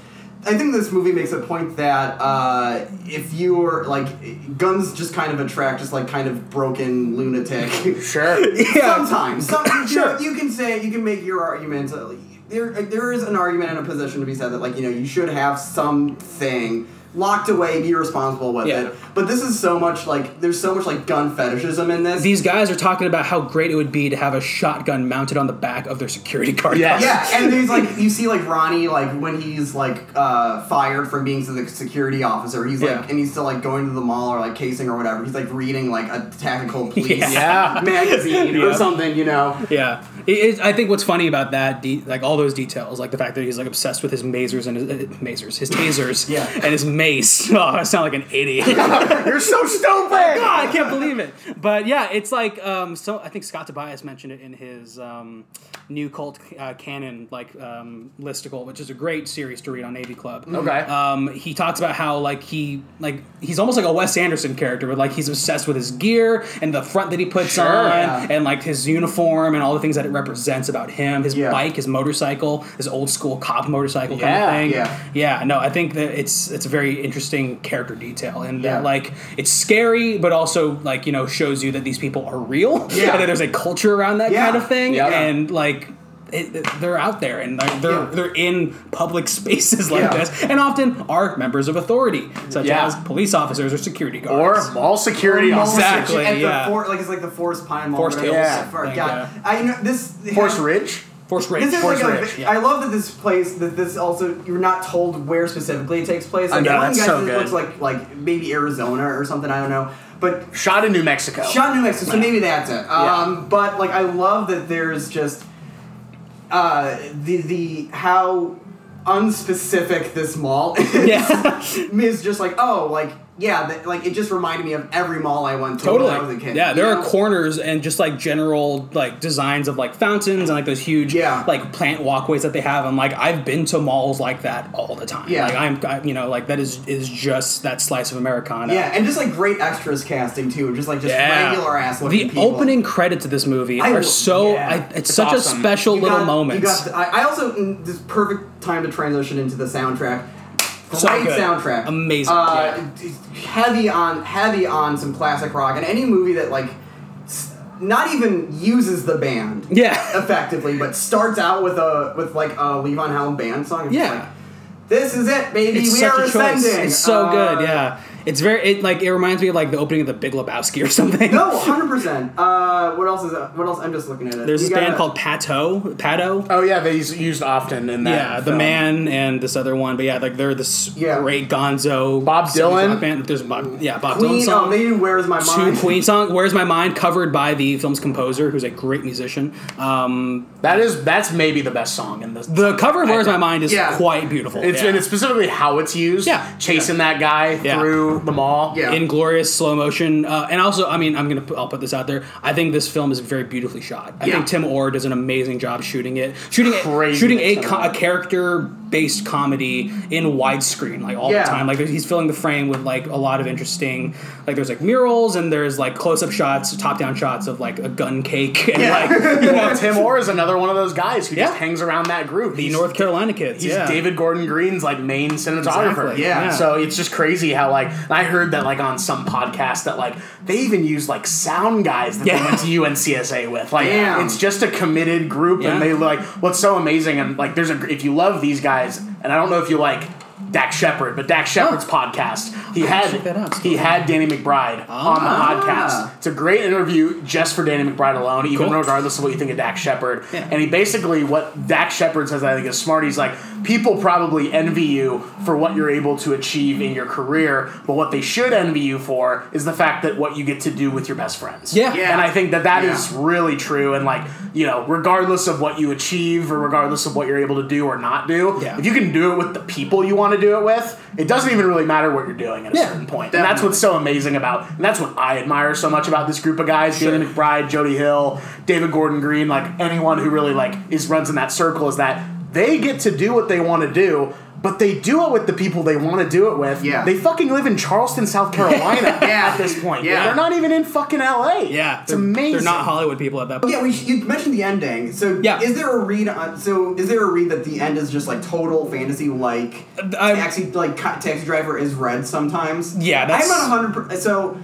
S4: i think this movie makes a point that uh, if you're like guns just kind of attract just like kind of broken lunatic
S1: sure
S4: sometimes some, you,
S3: Sure.
S4: know, you can say you can make your argument uh, there, there is an argument and a position to be said that like you know you should have something locked away be responsible with
S3: Yeah.
S4: it but this is so much like there's so much like gun fetishism in this
S3: These guys are talking about how great it would be to have a shotgun mounted on the back of their security guard.
S1: Yes.
S4: yeah and there's like you see like ronnie like when he's like uh, fired from being the security officer he's like
S3: Yeah.
S4: and he's still like going to the mall or like casing or whatever he's like reading like a tactical police
S3: Yeah.
S1: yeah
S4: magazine or something you know
S3: Yeah, It- it- I think what's funny about that, de- like all those details, like the fact that he's like obsessed with his mazers and his uh, mazers, his tasers,
S4: Yeah.
S3: and his mace. Oh, I sound like an idiot.
S1: you're so
S4: Oh
S1: stupid
S3: I can't believe it. But yeah, it's like um, so. I think Scott Tobias mentioned it in his um, new cult uh, canon like um, listicle, which is a great series to read on Navy Club.
S1: okay
S3: Um, he talks about how like he like he's almost like a Wes Anderson character, but like he's obsessed with his gear and the front that he puts
S1: Sure,
S3: on,
S4: yeah.
S3: and like his uniform and all the things that it represents about him, his
S4: Yeah.
S3: bike, his motorcycle, his old school cop motorcycle
S1: Yeah,
S3: kind of thing.
S4: yeah.
S3: yeah. No, I think that it's it's a very interesting character detail, and
S4: Yeah.
S3: that like it's scary, but also like you know shows you that these people are real,
S4: Yeah.
S3: and that there's a culture around that
S4: Yeah.
S3: kind of thing,
S1: Yeah.
S3: and like. It, they're out there and like, they're
S4: Yeah.
S3: they're in public spaces like
S4: Yeah.
S3: this and often are members of authority, such
S1: Yeah.
S3: as police officers or security
S1: or
S3: guards.
S1: mall security
S4: Mall
S1: officer
S3: Exactly.
S4: Street At
S3: yeah.
S4: The for, like it's like the Forest Pine Mall.
S3: Forest
S4: whatever.
S3: Hills.
S4: Yeah. For,
S3: Thank
S4: God.
S3: you.
S4: I know this.
S1: Force Ridge
S3: Force
S4: This
S3: range.
S4: is
S1: Forest
S4: like a,
S1: Ridge,
S4: vi- I love that this place. That this also you're not told where specifically it takes place. Like,
S1: know,
S4: one
S1: that's
S4: guy
S1: so
S4: says it
S1: good.
S4: looks like like maybe Arizona or something. I don't know. But
S1: shot in New Mexico
S4: shot in New Mexico, so maybe that's it. Um, But like I love that there's just uh, the the how unspecific this mall is.
S3: yeah.
S4: is just like oh like yeah that, like it just reminded me of every mall I went to when I was a
S3: Totally.
S4: kid.
S3: Yeah,
S4: you
S3: there are
S4: know?
S3: corners and just like general like designs of like fountains and like those huge
S4: Yeah.
S3: like plant walkways that they have. And like I've been to malls like that all the time.
S4: Yeah.
S3: Like I'm I, you know like that is is just that slice of Americana.
S4: Yeah, and just like great extras casting too, just like just
S3: Yeah.
S4: regular ass looking
S3: The
S4: people.
S3: opening credits of this movie
S4: I-
S3: are so
S4: yeah.
S3: I, it's, such
S1: awesome.
S3: a special
S4: You
S3: little
S4: got-
S3: moment.
S4: You got the, I, I also mm, this perfect time to transition into the soundtrack. Great
S3: So good.
S4: soundtrack,
S3: Amazing.
S4: Uh, d- d- Heavy on heavy on some classic rock, and any movie that like s- not even uses the band.
S3: yeah.
S4: effectively, but starts out with a with like a Levon Helm band song. It's
S3: Yeah.
S4: like, this is it, baby.
S3: It's
S4: we
S3: such
S4: are
S3: a choice.
S4: ascending.
S3: It's so
S4: Uh,
S3: good, yeah. It's very it like it reminds me of like the opening of the Big Lebowski or something.
S4: No, 100%. Uh, what else is that? What else? I'm just looking at it.
S3: There's
S4: You
S3: this band
S4: gotta-
S3: called Pato. Pato.
S1: Oh yeah, they use- used often in that.
S3: yeah, the
S1: film.
S3: man and this other one, but yeah, like they're this
S4: Yeah.
S3: great Gonzo
S1: Bob
S3: seventies
S1: Dylan?
S3: rock band. There's a Bob, yeah, Bob Dylan
S4: Queen, oh,
S3: song.
S4: maybe Where's My
S3: Two
S4: Mind?
S3: Queen song. Where's my mind? Covered by the film's composer, who's a great musician. Um,
S1: That is that's maybe the best song in this.
S3: the cover of Where's
S1: I-
S3: My Mind is
S2: yeah.
S3: quite beautiful.
S1: It's
S3: yeah.
S1: and it's specifically how it's used.
S3: Yeah.
S1: chasing that guy
S3: Yeah.
S1: through the mall.
S2: Yeah.
S3: in glorious slow motion. Uh, and also, I mean, I'm gonna put, I'll put this out there. I think this film is very beautifully shot. I
S2: Yeah.
S3: think Tim Orr does an amazing job shooting it, shooting it,
S1: Crazy
S3: shooting a,
S1: Tim
S3: co-
S1: Orr.
S3: a character based comedy in widescreen like all
S4: Yeah.
S3: the time. Like he's filling the frame with like a lot of interesting like there's like murals and there's like close up shots, top down shots of like a gun cake and like you know,
S1: Tim Orr is another one of those guys who just
S3: Yeah.
S1: hangs around that group.
S3: the
S1: He's-
S3: North Carolina kids.
S1: He's
S3: yeah.
S1: David Gordon Green's like main cinematographer.
S3: Exactly,
S2: Yeah. yeah.
S1: So it's just crazy how like I heard that like on some podcast that like they even use like sound guys that
S3: Yeah.
S1: they went to UNCSA with. Like
S4: Damn.
S1: it's just a committed group
S3: Yeah.
S1: and they like what's so amazing and like there's a if you love these guys and I don't know if you like Dak Shepard, but Dak Shepard's podcast. He
S3: Oh. check that out. Ah.
S1: had he had Danny McBride on the podcast. It's a great interview just for Danny McBride alone, even
S3: Cool.
S1: regardless of what you think of Dak Shepard.
S3: Yeah.
S1: And he basically what Dak Shepard says I think is smart. He's like, people probably envy you for what you're able to achieve in your career, but what they should envy you for is the fact that what you get to do with your best friends.
S3: Yeah. Yeah.
S1: And I think that that
S2: Yeah.
S1: is really true. And like, you know, regardless of what you achieve or regardless of what you're able to do or not do,
S3: Yeah.
S1: if you can do it with the people you want to do it with, it doesn't even really matter what you're doing at a
S3: Yeah.
S1: certain point. And that's what's so amazing about, and that's what I admire so much about this group of guys:
S3: Sure.
S1: Danny McBride, Jody Hill, David Gordon Green, like anyone who really like is runs in that circle is that they get to do what they want to do. But they do it with the people they want to do it with.
S2: Yeah.
S1: They fucking live in Charleston, South Carolina
S2: Yeah.
S1: at this point.
S2: Yeah.
S1: They're not even in fucking LA.
S3: Yeah.
S1: It's
S3: They're-
S1: amazing.
S3: They're not Hollywood people at that point.
S4: Yeah, we sh- you mentioned the ending. So
S3: Yeah.
S4: is there a read on? So is there a read that the end is just like total fantasy, like
S3: I-
S4: taxi, like ca- taxi driver is red sometimes?
S3: Yeah, that's-
S4: I'm not hundred. percent So,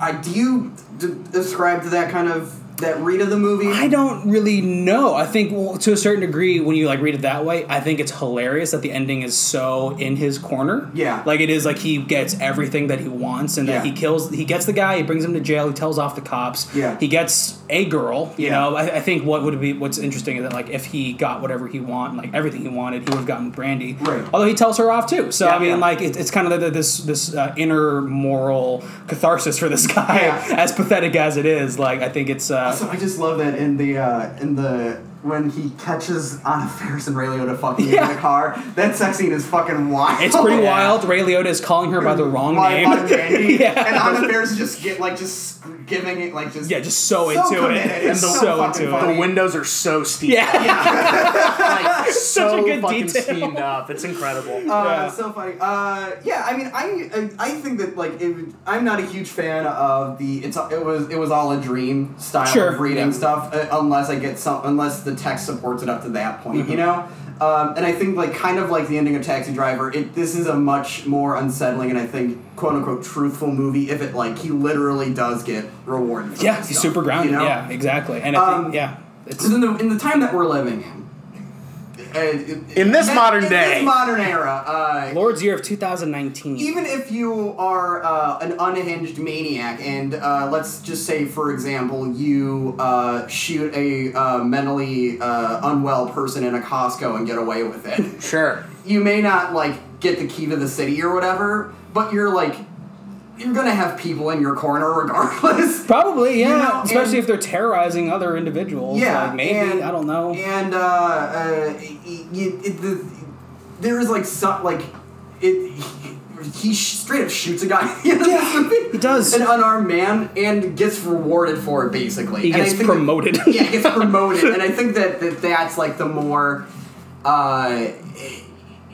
S4: I do you d- describe to that kind of that read of the movie?
S3: I don't really know. I think well, to a certain degree, when you like read it that way, I think it's hilarious that the ending is so in his corner.
S4: Yeah.
S3: like it is like he gets everything that he wants, and that
S4: Yeah.
S3: he kills. He gets the guy. He brings him to jail. He tells off the cops.
S4: Yeah.
S3: he gets a girl. You
S4: Yeah.
S3: know, I, I think what would be what's interesting is that like if he got whatever he want, like everything he wanted, he would have gotten Brandy.
S4: Right.
S3: Although he tells her off too. So I
S4: Yeah,
S3: mean,
S4: yeah.
S3: like it, it's kind of like this this uh, inner moral catharsis for this guy.
S4: Yeah.
S3: As pathetic as it is, like I think it's. Uh,
S4: So I just love that in the uh, in the when he catches Anna Ferris and Ray Liotta fucking
S3: Yeah.
S4: in the car. That sex scene is fucking wild.
S3: It's pretty
S4: Oh, Yeah.
S3: wild. Ray Liotta is calling her by the wrong
S4: By-
S3: name.
S4: by Randy.
S3: Yeah.
S4: and Anna Ferris just get like just giving it like just
S3: yeah, just so,
S4: So
S3: into it.
S4: committed. It's
S3: so,
S4: so fucking
S3: into
S4: funny.
S3: it.
S1: The windows are so steep.
S3: Yeah.
S1: Like,
S3: a
S1: so
S3: good
S1: fucking
S3: detail.
S1: steamed up. It's incredible.
S4: Uh,
S3: Yeah.
S4: it's so funny. Uh, yeah, I mean, I I, I think that like it, would- I'm not a huge fan of the it's it was it was all a dream style
S3: Sure.
S4: of reading
S3: Yeah.
S4: stuff uh, unless I get some unless the text supports it up to that point,
S3: Mm-hmm.
S4: you know. Um, and I think like kind of like the ending of Taxi Driver, it this is a much more unsettling and I think quote unquote truthful movie if it like he literally does get rewarded. For
S3: Yeah,
S4: this
S3: he's
S4: stuff,
S3: super grounded.
S4: you know?
S3: Yeah, exactly. And I
S4: Um,
S3: think, yeah, it's
S4: Because in the, in the time that we're living in. uh,
S1: In this modern
S4: in
S1: day.
S4: this modern era, uh,
S3: Lord's Year of 2019.
S4: even if you are uh, an unhinged maniac, and uh, let's just say, for example, you uh, shoot a uh, mentally uh, unwell person in a Costco and get away with it,
S1: sure.
S4: you may not like get the key to the city or whatever, but you're like, you're gonna have people in your corner regardless.
S3: Probably, yeah.
S4: know,
S3: especially
S4: and-
S3: if they're terrorizing other individuals.
S4: Yeah,
S3: Like, maybe.
S4: and-
S3: I don't know.
S4: And uh, uh, y- y- it, the, there is like some like it. He sh- straight up shoots a guy. in this
S3: Yeah,
S4: movie.
S3: he does.
S4: An unarmed man and gets rewarded for it. Basically,
S3: He
S4: And I
S3: gets
S4: think that-
S3: promoted.
S4: yeah, he gets promoted, and I think that, that that's like the more. Uh, i-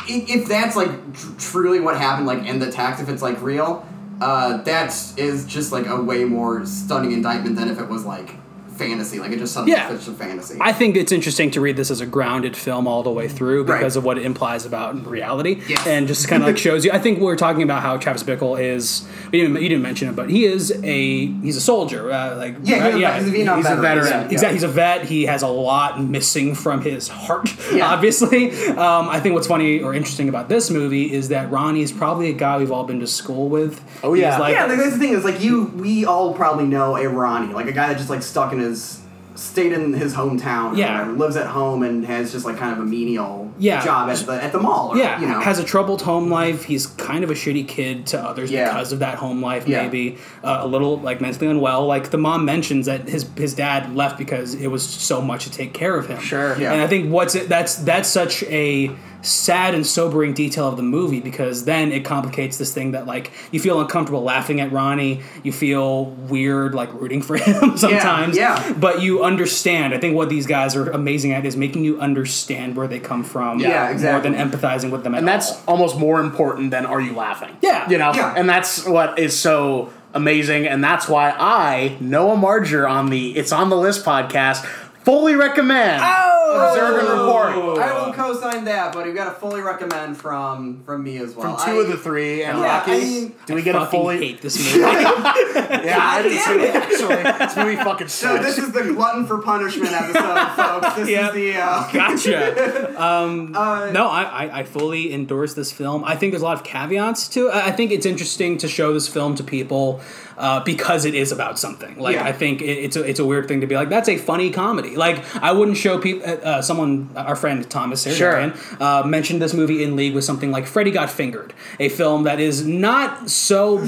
S4: if that's like tr- truly what happened, like in the text, if it's like real, uh, that is just like a way more stunning indictment than if it was like fantasy. Like it just suddenly
S3: Yeah.
S4: fits to fantasy.
S3: I think it's interesting to read this as a grounded film all the way through
S4: Mm-hmm. Right.
S3: because of what it implies about reality
S4: Yes.
S3: and just kind of like shows you. I think we are talking about how Travis Bickle is. You didn't, you didn't mention it, but he is a he's a soldier. Uh, like
S4: yeah,
S3: right?
S4: he's, yeah, he's a Vietnam
S1: He's a veteran.
S4: Yeah.
S3: Exactly. He's a vet. He has a lot missing from his heart,
S4: Yeah.
S3: obviously. Um, I think what's funny or interesting about this movie is that Ronnie's probably a guy we've all been to school with.
S1: Oh,
S3: He's
S1: yeah.
S3: like-
S4: Yeah, like, that's the thing is like you, we all probably know a Ronnie, like a guy that just like stuck in his, stayed in his hometown, or
S3: Yeah.
S4: whatever, lives at home and has just like kind of a menial
S3: Yeah.
S4: job at the at the mall, or,
S3: yeah,
S4: you know,
S3: has a troubled home life. He's kind of a shitty kid to others
S4: Yeah.
S3: because of that home life.
S4: Yeah.
S3: Maybe uh, a little like mentally unwell. Like the mom mentions that his his dad left because it was so much to take care of him.
S1: Sure.
S4: Yeah.
S3: And I think what's it, that's that's such a sad and sobering detail of the movie because then it complicates this thing that like you feel uncomfortable laughing at Ronnie, you feel weird like rooting for him sometimes.
S4: yeah.
S3: But you understand. I think what these guys are amazing at is making you understand where they come from.
S4: Yeah, exactly.
S3: More than empathizing with them. at
S1: and that's
S3: all.
S1: almost more important than are you laughing?
S3: Yeah.
S1: you know,
S4: Yeah.
S1: and that's what is so amazing, and that's why I Noah Marger on the It's on the List podcast fully recommend Observe and Report
S4: Oh! I will co-sign that, but we've got to fully recommend from from me as well.
S1: from two
S4: I-
S1: of the three and
S4: Yeah,
S1: Rocky.
S4: I mean-
S1: Do we get a
S3: fucking
S1: fully?
S3: hate this movie.
S1: Yeah, I did too. Actually, this movie fucking
S4: So
S1: sucks.
S4: this is the glutton for punishment episode, folks. This
S3: Yep.
S4: is the uh,
S3: gotcha. Um, no, I, I, I fully endorse this film. I think there's a lot of caveats to it. I I think it's interesting to show this film to people uh, because it is about something. Like,
S4: Yeah.
S3: I think it, it's, a, it's a weird thing to be like, that's a funny comedy. Like, I wouldn't show people, uh, someone, our friend Thomas Sarian, uh, mentioned this movie in league with something like Freddy Got Fingered, a film that is not so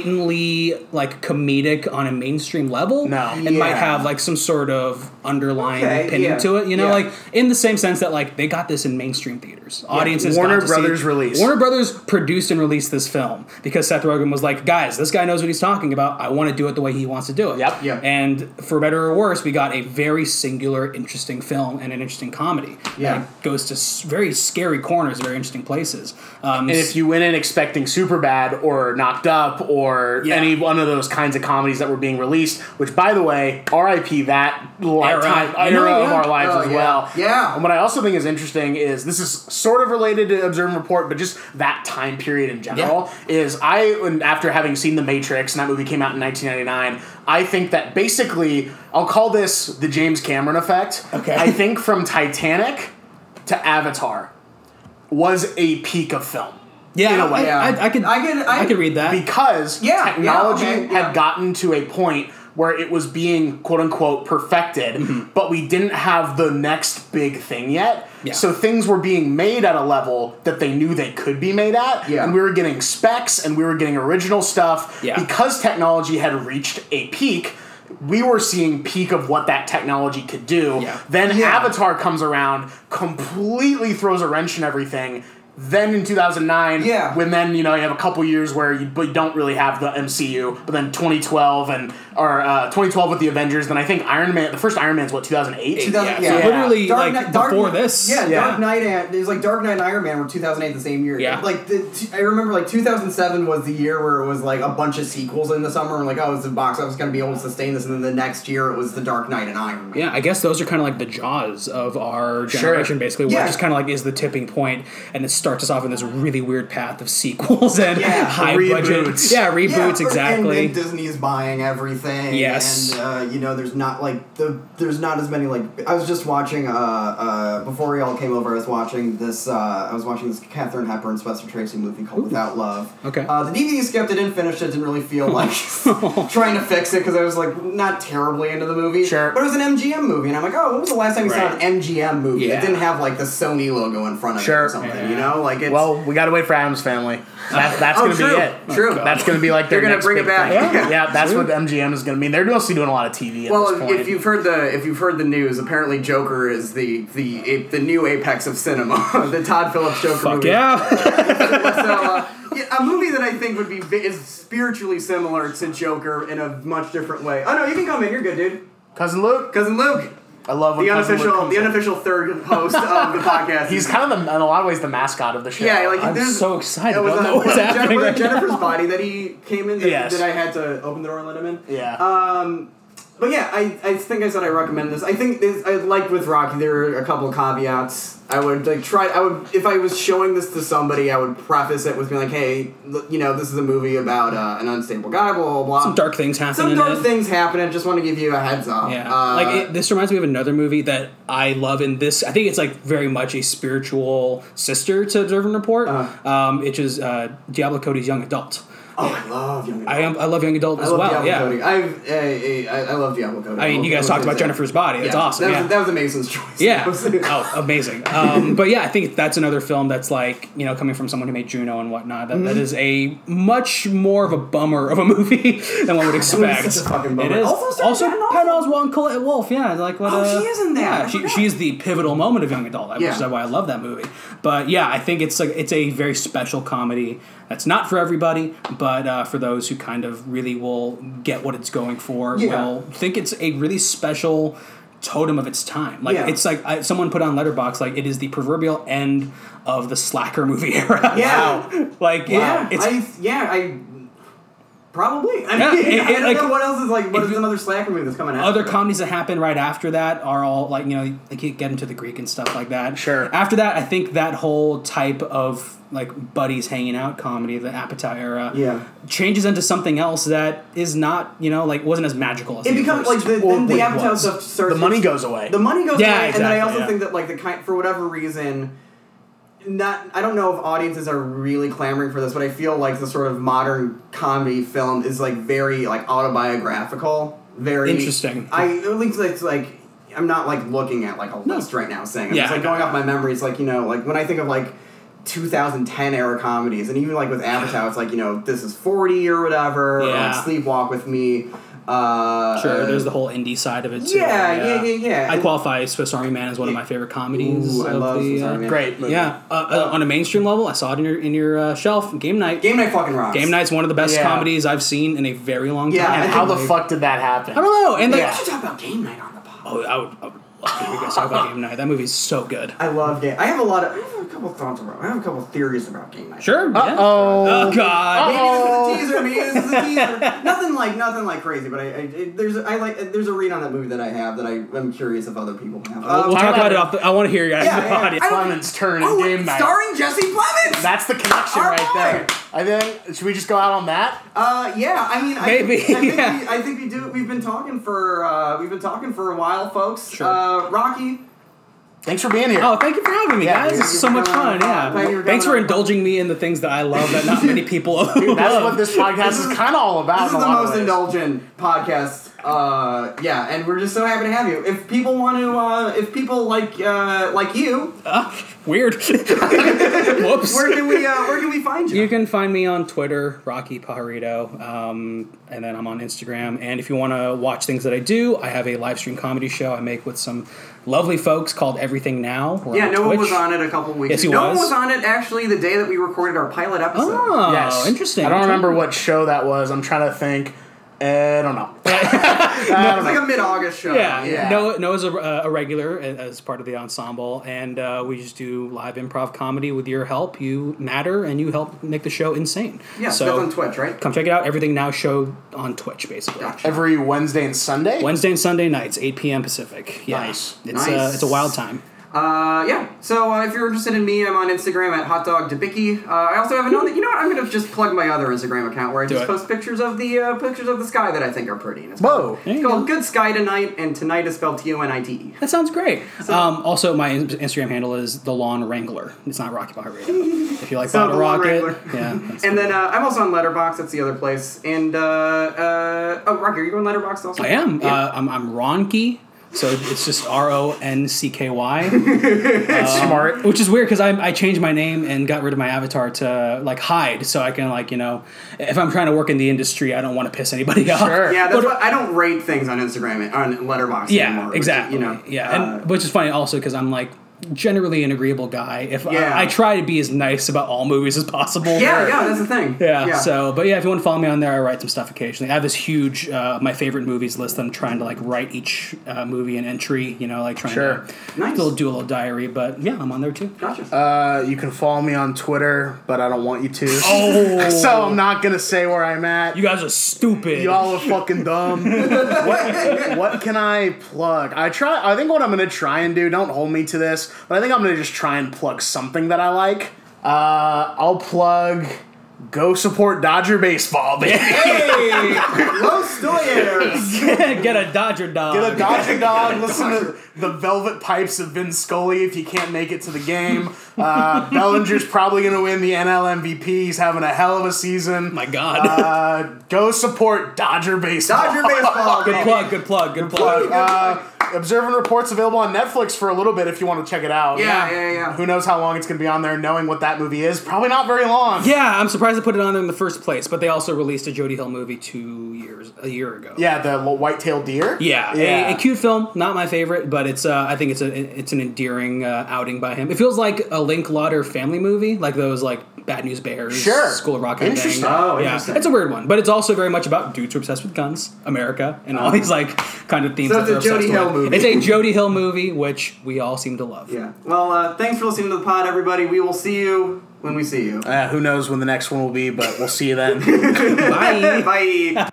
S3: blatantly, like, comedic on a mainstream level.
S1: No.
S3: And might
S4: Yeah.
S3: have, like, some sort of underlying
S4: Okay,
S3: opinion
S4: yeah,
S3: to it. You know,
S4: yeah.
S3: like, in the same sense that like they got this in mainstream theaters. Audiences.
S1: Warner
S3: got to see-
S1: Brothers released.
S3: Warner Brothers produced and released this film because Seth Rogen was like, guys, this guy knows what he's talking about. I want to do it the way he wants to do it.
S1: Yep.
S4: Yeah.
S3: And for better or worse, we got a very singular, interesting film and an interesting comedy.
S4: Yeah.
S3: And it goes to s- very scary corners, very interesting places. Um,
S1: And if you went in expecting Superbad or Knocked Up or
S3: Yeah.
S1: any one of those kinds of comedies that were being released, which by the way, R.I.P. that lifetime
S3: I
S1: era,
S3: know,
S1: of
S3: yeah.
S1: our lives
S4: Oh,
S1: as
S4: yeah.
S1: well.
S4: Yeah.
S1: And what I also think is interesting is this is sort of related to Observe and Report, but just that time period in general is I when after having seen The Matrix and that movie came out in 1999, I think that basically I'll call this the James Cameron effect.
S3: Okay.
S1: I think from Titanic to Avatar was a peak of film
S3: yeah,
S1: in a way,
S3: I, I, I could, I
S4: I could, I,
S3: could, read that.
S1: because
S4: Yeah, yeah,
S1: technology
S4: okay,
S1: had
S4: yeah.
S1: gotten to a point where it was being quote unquote perfected,
S3: Mm-hmm.
S1: but we didn't have the next big thing yet.
S3: Yeah.
S1: So things were being made at a level that they knew they could be made at.
S4: Yeah.
S1: And we were getting specs and we were getting original stuff.
S3: Yeah.
S1: Because technology had reached a peak, we were seeing peak of what that technology could do.
S3: Yeah.
S1: Then
S4: Yeah.
S1: Avatar comes around, completely throws a wrench in everything. Then in 2009,
S4: Yeah.
S1: when then you know you have a couple years where you, but you don't really have the MCU, but then 2012 and or uh, 2012 with the Avengers. Then I think Iron Man, the first Iron Man's what 2008.
S4: Yeah.
S3: So literally, like
S4: Knight-
S3: before this,
S4: Yeah,
S1: Yeah.
S4: Dark Knight and it was like Dark Knight and Iron Man were 2008 the same year.
S3: Yeah.
S4: Like the, t- I remember like 2007 was the year where it was like a bunch of sequels in the summer and like oh is the box office going to be able to sustain this and then the next year it was the Dark Knight and Iron Man.
S3: Yeah, I guess those are kind of like the jaws of our generation, basically. Where
S4: Yeah.
S3: it just kind of like is the tipping point, and it starts us off in this really weird path of sequels and
S4: Yeah,
S3: high budget,
S1: reboots.
S3: yeah,
S4: Yeah,
S3: reboots
S4: but-
S3: exactly.
S4: And, and Disney's buying everything.
S3: Yes.
S4: And uh, you know, there's not like the there's not as many like I was just watching uh uh before y'all came over, I was watching this uh I was watching this Catherine Hepburn Spencer Tracy movie called Without Love.
S3: Okay.
S4: Uh, the DVD skipped. I didn't finish it. Didn't really feel like trying to fix it because I was like not terribly into the movie.
S1: Sure.
S4: But it was an MGM movie, and I'm like, oh, when was the last time you saw
S3: Right.
S4: an MGM movie?
S3: Yeah.
S4: It didn't have like the Sony logo in front of it
S1: Sure.
S4: or something.
S3: Yeah.
S4: You know, like it's
S1: Well, we got to wait for Adam's family. That, that's
S4: Oh,
S1: gonna
S4: true.
S1: be it.
S4: True.
S1: That's gonna be like their
S2: They're gonna
S1: next
S2: bring it
S1: big
S2: back.
S1: thing.
S4: Yeah.
S1: yeah, that's what MGM is gonna mean. They're mostly doing a lot of TV. At this
S4: Well,
S1: point.
S4: if you've heard the if you've heard the news, apparently Joker is the the it, the new apex of cinema, the Todd Phillips Joker
S3: Fuck
S4: movie.
S3: yeah!
S4: So, uh, yeah, a movie that I think would be vi- is spiritually similar to Joker in a much different way. Oh no, you can come in. You're good, dude.
S1: cousin Luke,
S4: Cousin Luke,
S1: I love when
S4: the
S1: Oh, Cousin Luke
S4: unofficial
S1: comes
S4: the
S1: in.
S4: unofficial third host of the podcast.
S1: He's kind of the, in a lot of ways the mascot of the show.
S4: yeah, like
S3: I'm
S4: there's-
S3: so excited.
S4: It was,
S3: I don't
S4: uh,
S3: know what's
S4: was it
S3: happening
S4: Jennifer-
S3: right now.
S4: Jennifer's body that he came in that,
S1: Yes.
S4: that I had to open the door and let him in.
S1: yeah.
S4: Um, But yeah, I, I think I said I recommend this. I think this, I like with Rocky. There are a couple caveats. I would like try. I would if I was showing this to somebody, I would preface it with being like, "Hey, l- you know, this is a movie about uh, an unstable guy." Blah blah blah.
S3: Some dark things happen.
S4: Some
S3: in
S4: dark
S3: it.
S4: things happen. I just want to give you a heads up.
S3: Yeah,
S4: Uh,
S3: like it, this reminds me of another movie that I love. In this, I think it's like very much a spiritual sister to Observe and Report,
S4: Uh-huh.
S3: um, which is uh, Diablo Cody's Young Adult.
S4: oh, I love young.
S3: I am, I love Young Adult
S4: I
S3: as
S4: love
S3: well.
S4: Diablo
S3: yeah,
S4: Cody. I've, I, I, I love Diablo Cody.
S3: I mean, you guys talked about Jennifer's body. It's awesome.
S4: That was,
S3: yeah.
S4: that was a Mason's choice.
S3: Yeah.
S4: That was-
S3: oh, amazing. Um, but yeah, I think that's another film that's like you know coming from someone who made Juno and whatnot. That,
S4: Mm-hmm.
S3: that is a much more of a bummer of a movie than one would expect.
S4: such a fucking bummer.
S3: It is
S4: Also starring
S3: also
S4: Patton Oswalt.
S3: Patton Oswalt and Colette Wolf. Yeah, like what?
S4: Oh,
S3: uh,
S4: she is in that.
S3: Yeah,
S4: I
S3: she,
S4: forgot.
S3: she's the pivotal moment of Young Adult, which
S4: Yeah.
S3: is why I love that movie. But yeah, I think it's like it's a very special comedy. That's not for everybody, but uh, for those who kind of really will get what it's going for,
S4: Yeah.
S3: will think it's a really special totem of its time. Like
S4: Yeah.
S3: it's like I, someone put on Letterbox like it is the proverbial end of the slacker movie era.
S4: Yeah.
S3: like
S4: Yeah,
S3: yeah, it's
S4: I, yeah, I probably. I
S3: Yeah,
S4: mean,
S3: it-
S4: I
S3: it,
S4: don't
S3: like-
S4: know what else is like. What
S3: if
S4: is
S3: you-
S4: another slacker movie that's coming out?
S3: other comedies that happen right after that are all like you know they can't get into the Greek and stuff like that.
S1: Sure.
S3: After that, I think that whole type of like buddies hanging out comedy of the Apatow era
S4: Yeah.
S3: changes into something else that is not you know like wasn't as magical. As
S4: It
S3: the
S4: becomes like
S3: first.
S4: the
S1: Or
S4: then the
S1: wait,
S4: Avatar
S1: was.
S4: stuff starts.
S1: The money goes away.
S4: The money goes
S3: Yeah,
S4: away, and then I
S3: exactly,
S4: also
S3: yeah.
S4: think that like the kind for whatever reason. Not, I don't know if audiences are really clamoring for this, but I feel like the sort of modern comedy film is like very like autobiographical, very
S3: Interesting.
S4: I at least it's like I'm not like looking at like a list right now saying I'm
S3: Yeah,
S4: just like
S3: I know.
S4: going off my memories, like you know, like when I think of like 2010 era comedies, and even like with Avatar, it's like you know this is 40 or whatever, or, like,
S3: Yeah.
S4: Sleepwalk with me. Uh,
S3: Sure,
S4: uh,
S3: there's the whole indie side of it too.
S4: Yeah, yeah, yeah, yeah.
S3: I
S4: And-
S3: qualify Swiss Army Man as one of my favorite comedies.
S4: Ooh, I
S3: of
S4: love
S3: the,
S4: Swiss
S3: uh,
S4: Army Man.
S1: Great movie.
S3: Yeah, uh, uh, on a mainstream level, I saw it in your in your uh, shelf. Game night.
S4: Game Night fucking rocks.
S3: Game night's one of the best
S1: Yeah.
S3: comedies I've seen in a very long
S4: Yeah,
S3: time.
S4: I
S1: And how the
S4: think-
S1: fuck did that happen?
S3: I don't know. And like,
S4: We should talk about Game Night on the pod.
S3: oh, I would, I would love to hear you guys talk about Game Night. That movie's so good.
S4: I love Game. I have a lot of. I have a couple thoughts about. I have a couple theories about Game Night.
S3: Sure. yeah.
S1: Uh oh.
S3: Oh God.
S1: Uh-oh.
S4: Maybe this is a teaser. Maybe this is a teaser. nothing like nothing like crazy, but I, I it, there's I like there's a read on that movie that I have that I am curious if other people have. Um,
S3: We'll, we'll
S1: I
S3: talk
S1: love
S3: about it
S1: it.
S3: off. The, I want to hear you guys.
S4: Yeah,
S3: in the
S4: yeah.
S3: audience.
S4: I don't-
S1: Clemens' turn
S4: oh,
S1: in game night.
S4: starring Jesse Plemons.
S1: That's the connection
S4: All
S1: right, there.
S4: right.
S1: I think should we just go out on that?
S4: Uh, yeah. I mean, I,
S3: Maybe,
S4: I think,
S3: yeah.
S4: we, I think we do. We've been talking for uh, we've been talking for a while, folks.
S3: Sure.
S4: Uh, Rocky.
S1: Thanks for being here.
S3: Oh, thank you for having me,
S1: Yeah,
S3: guys.
S1: thank
S3: This
S4: you
S3: is so
S4: for
S3: much
S4: coming
S3: fun.
S4: on.
S3: Yeah.
S4: Thank you for
S3: Thanks for
S4: coming on.
S3: indulging me in the things that I love that not many people
S1: That's
S3: love.
S1: what this podcast is kind of all about.
S4: This is
S1: in a
S4: the
S1: lot of
S4: most
S1: ways.
S4: indulgent podcast. Uh, yeah, and we're just so happy to have you. If people want to, uh, if people like uh, like you,
S3: Weird. Whoops.
S4: where can we uh, where can we find you?
S3: You can find me on Twitter, Rocky Pajarito, um, and then I'm on Instagram. And if you want to watch things that I do, I have a live stream comedy show I make with some lovely folks called Everything Now. We're
S4: yeah,
S3: on
S4: no one was
S3: Twitch.
S4: on it a couple weeks.
S3: Yes, he
S4: ago. No one
S3: was.
S4: was on it actually the day that we recorded our pilot episode.
S3: Oh,
S1: Yes.
S3: interesting.
S1: I don't remember what show that was. I'm trying to think. Eh, I don't know.
S4: it was like a mid August show.
S3: Yeah,
S1: Yeah.
S3: Noah, Noah's a, uh, a regular a- as part of the ensemble, and uh, we just do live improv comedy with your help. You matter, and you help make the show insane.
S4: yeah.
S3: so
S4: that's on Twitch, right?
S3: come check it out. Everything now show on Twitch, basically.
S4: Gotcha.
S1: Every Wednesday and Sunday.
S3: Wednesday and Sunday nights, 8 p.m. Pacific. Yeah.
S1: Nice.
S3: It's, Uh,
S4: Nice.
S3: it's a wild time.
S4: Uh, yeah. So uh, if you're interested in me, I'm on Instagram at hotdogdebicki. Uh, I also have another. You know what? I'm gonna just plug my other Instagram account where I just
S3: it.
S4: post pictures of the uh, pictures of the sky that I think are pretty. And it's
S1: Whoa.
S4: Called,
S1: There
S4: it's
S3: you
S4: called Good Sky Tonight, and tonight is spelled T-O-N-I-T-E.
S3: That sounds great. um, also, my in- Instagram handle is the Lawn Wrangler. It's not Rocky Bar Radio. if you like
S4: So,
S3: Bottle
S4: The Lawn
S3: Rocket,
S4: Wrangler.
S3: yeah. that's-
S4: And then uh, I'm also on Letterbox. That's the other place. And uh, uh, oh, Rocky, are you on Letterbox also?
S3: I am.
S4: Yeah.
S3: Uh, I'm, I'm Ronky. So it's just R O N C K Y.
S1: That's smart.
S3: Which is weird because I, I changed my name and got rid of my avatar to like hide so I can like you know if I'm trying to work in the industry I don't want to piss anybody off.
S1: Sure.
S4: yeah,
S3: But-
S4: that's why I don't rate things on Instagram on Letterbox
S3: Yeah.
S4: anymore. which is,
S3: exactly.
S4: You know.
S3: Yeah.
S4: uh,
S3: and, which is funny also because I'm like generally an agreeable guy. If
S4: Yeah.
S3: I, I try to be as nice about all movies as possible.
S4: Yeah, yeah, that's the thing.
S3: Yeah, So, but yeah, if you want to follow me on there, I write some stuff occasionally. I have this huge uh, my favorite movies list. that I'm trying to like write each uh, movie and entry. You know, like trying
S1: Sure.
S3: to
S4: Nice.
S3: still do a little diary. But yeah, I'm on there too.
S4: Gotcha.
S1: Uh, you can follow me on Twitter, but I don't want you to.
S3: Oh,
S1: So I'm not gonna say where I'm at.
S3: you guys are stupid.
S1: Y'all are fucking dumb. what, what can I plug? I try. I think what I'm gonna try and do. Don't hold me to this, but I think I'm gonna just try and plug something that I like. Uh, I'll plug. Go support Dodger baseball. Baby.
S4: hey, Los Doyers.
S3: Get a Dodger Oh dog.
S1: Get a Dodger dog. Listen to the Velvet Pipes of Vin Scully if you can't make it to the game. Uh, Bellinger's probably going to win the NL MVP. He's having a hell of a season.
S3: my God.
S1: Uh, go support Dodger baseball.
S4: Dodger baseball.
S3: good
S4: baby.
S3: plug. Good plug. Good plug.
S1: Uh, Observing reports available on Netflix for a little bit if you want to check it out.
S4: Yeah, yeah, yeah.
S1: Who knows how long it's going to be on there? Knowing what that movie is, probably not very long.
S3: yeah, I'm surprised they put it on there in the first place. But they also released a Jodie Hill movie two years, a year ago.
S1: Yeah, the little white-tailed deer.
S3: Yeah,
S1: yeah.
S3: A, a cute film, not my favorite, but it's uh, I think it's a it's an endearing uh, outing by him. It feels like a Link Lauder family movie, like those like Bad News Bears,
S1: Sure.
S3: School of Rock, kind of thing.
S1: Interesting.
S4: Oh,
S3: yeah,
S4: interesting.
S3: it's a weird one, but it's also very much about dudes who are obsessed with guns, America, and all these like kind of themes.
S4: Uh-huh. So
S3: that
S4: it's a
S3: they're obsessed
S4: Jody Hill
S3: with.
S4: movie.
S3: It's a Jody Hill movie, which we all seem to love.
S4: Yeah. Well, uh, thanks for listening to the pod, everybody. We will see you when we see you.
S1: Uh, who knows when the next one will be, but we'll see you then.
S3: Bye.
S4: Bye.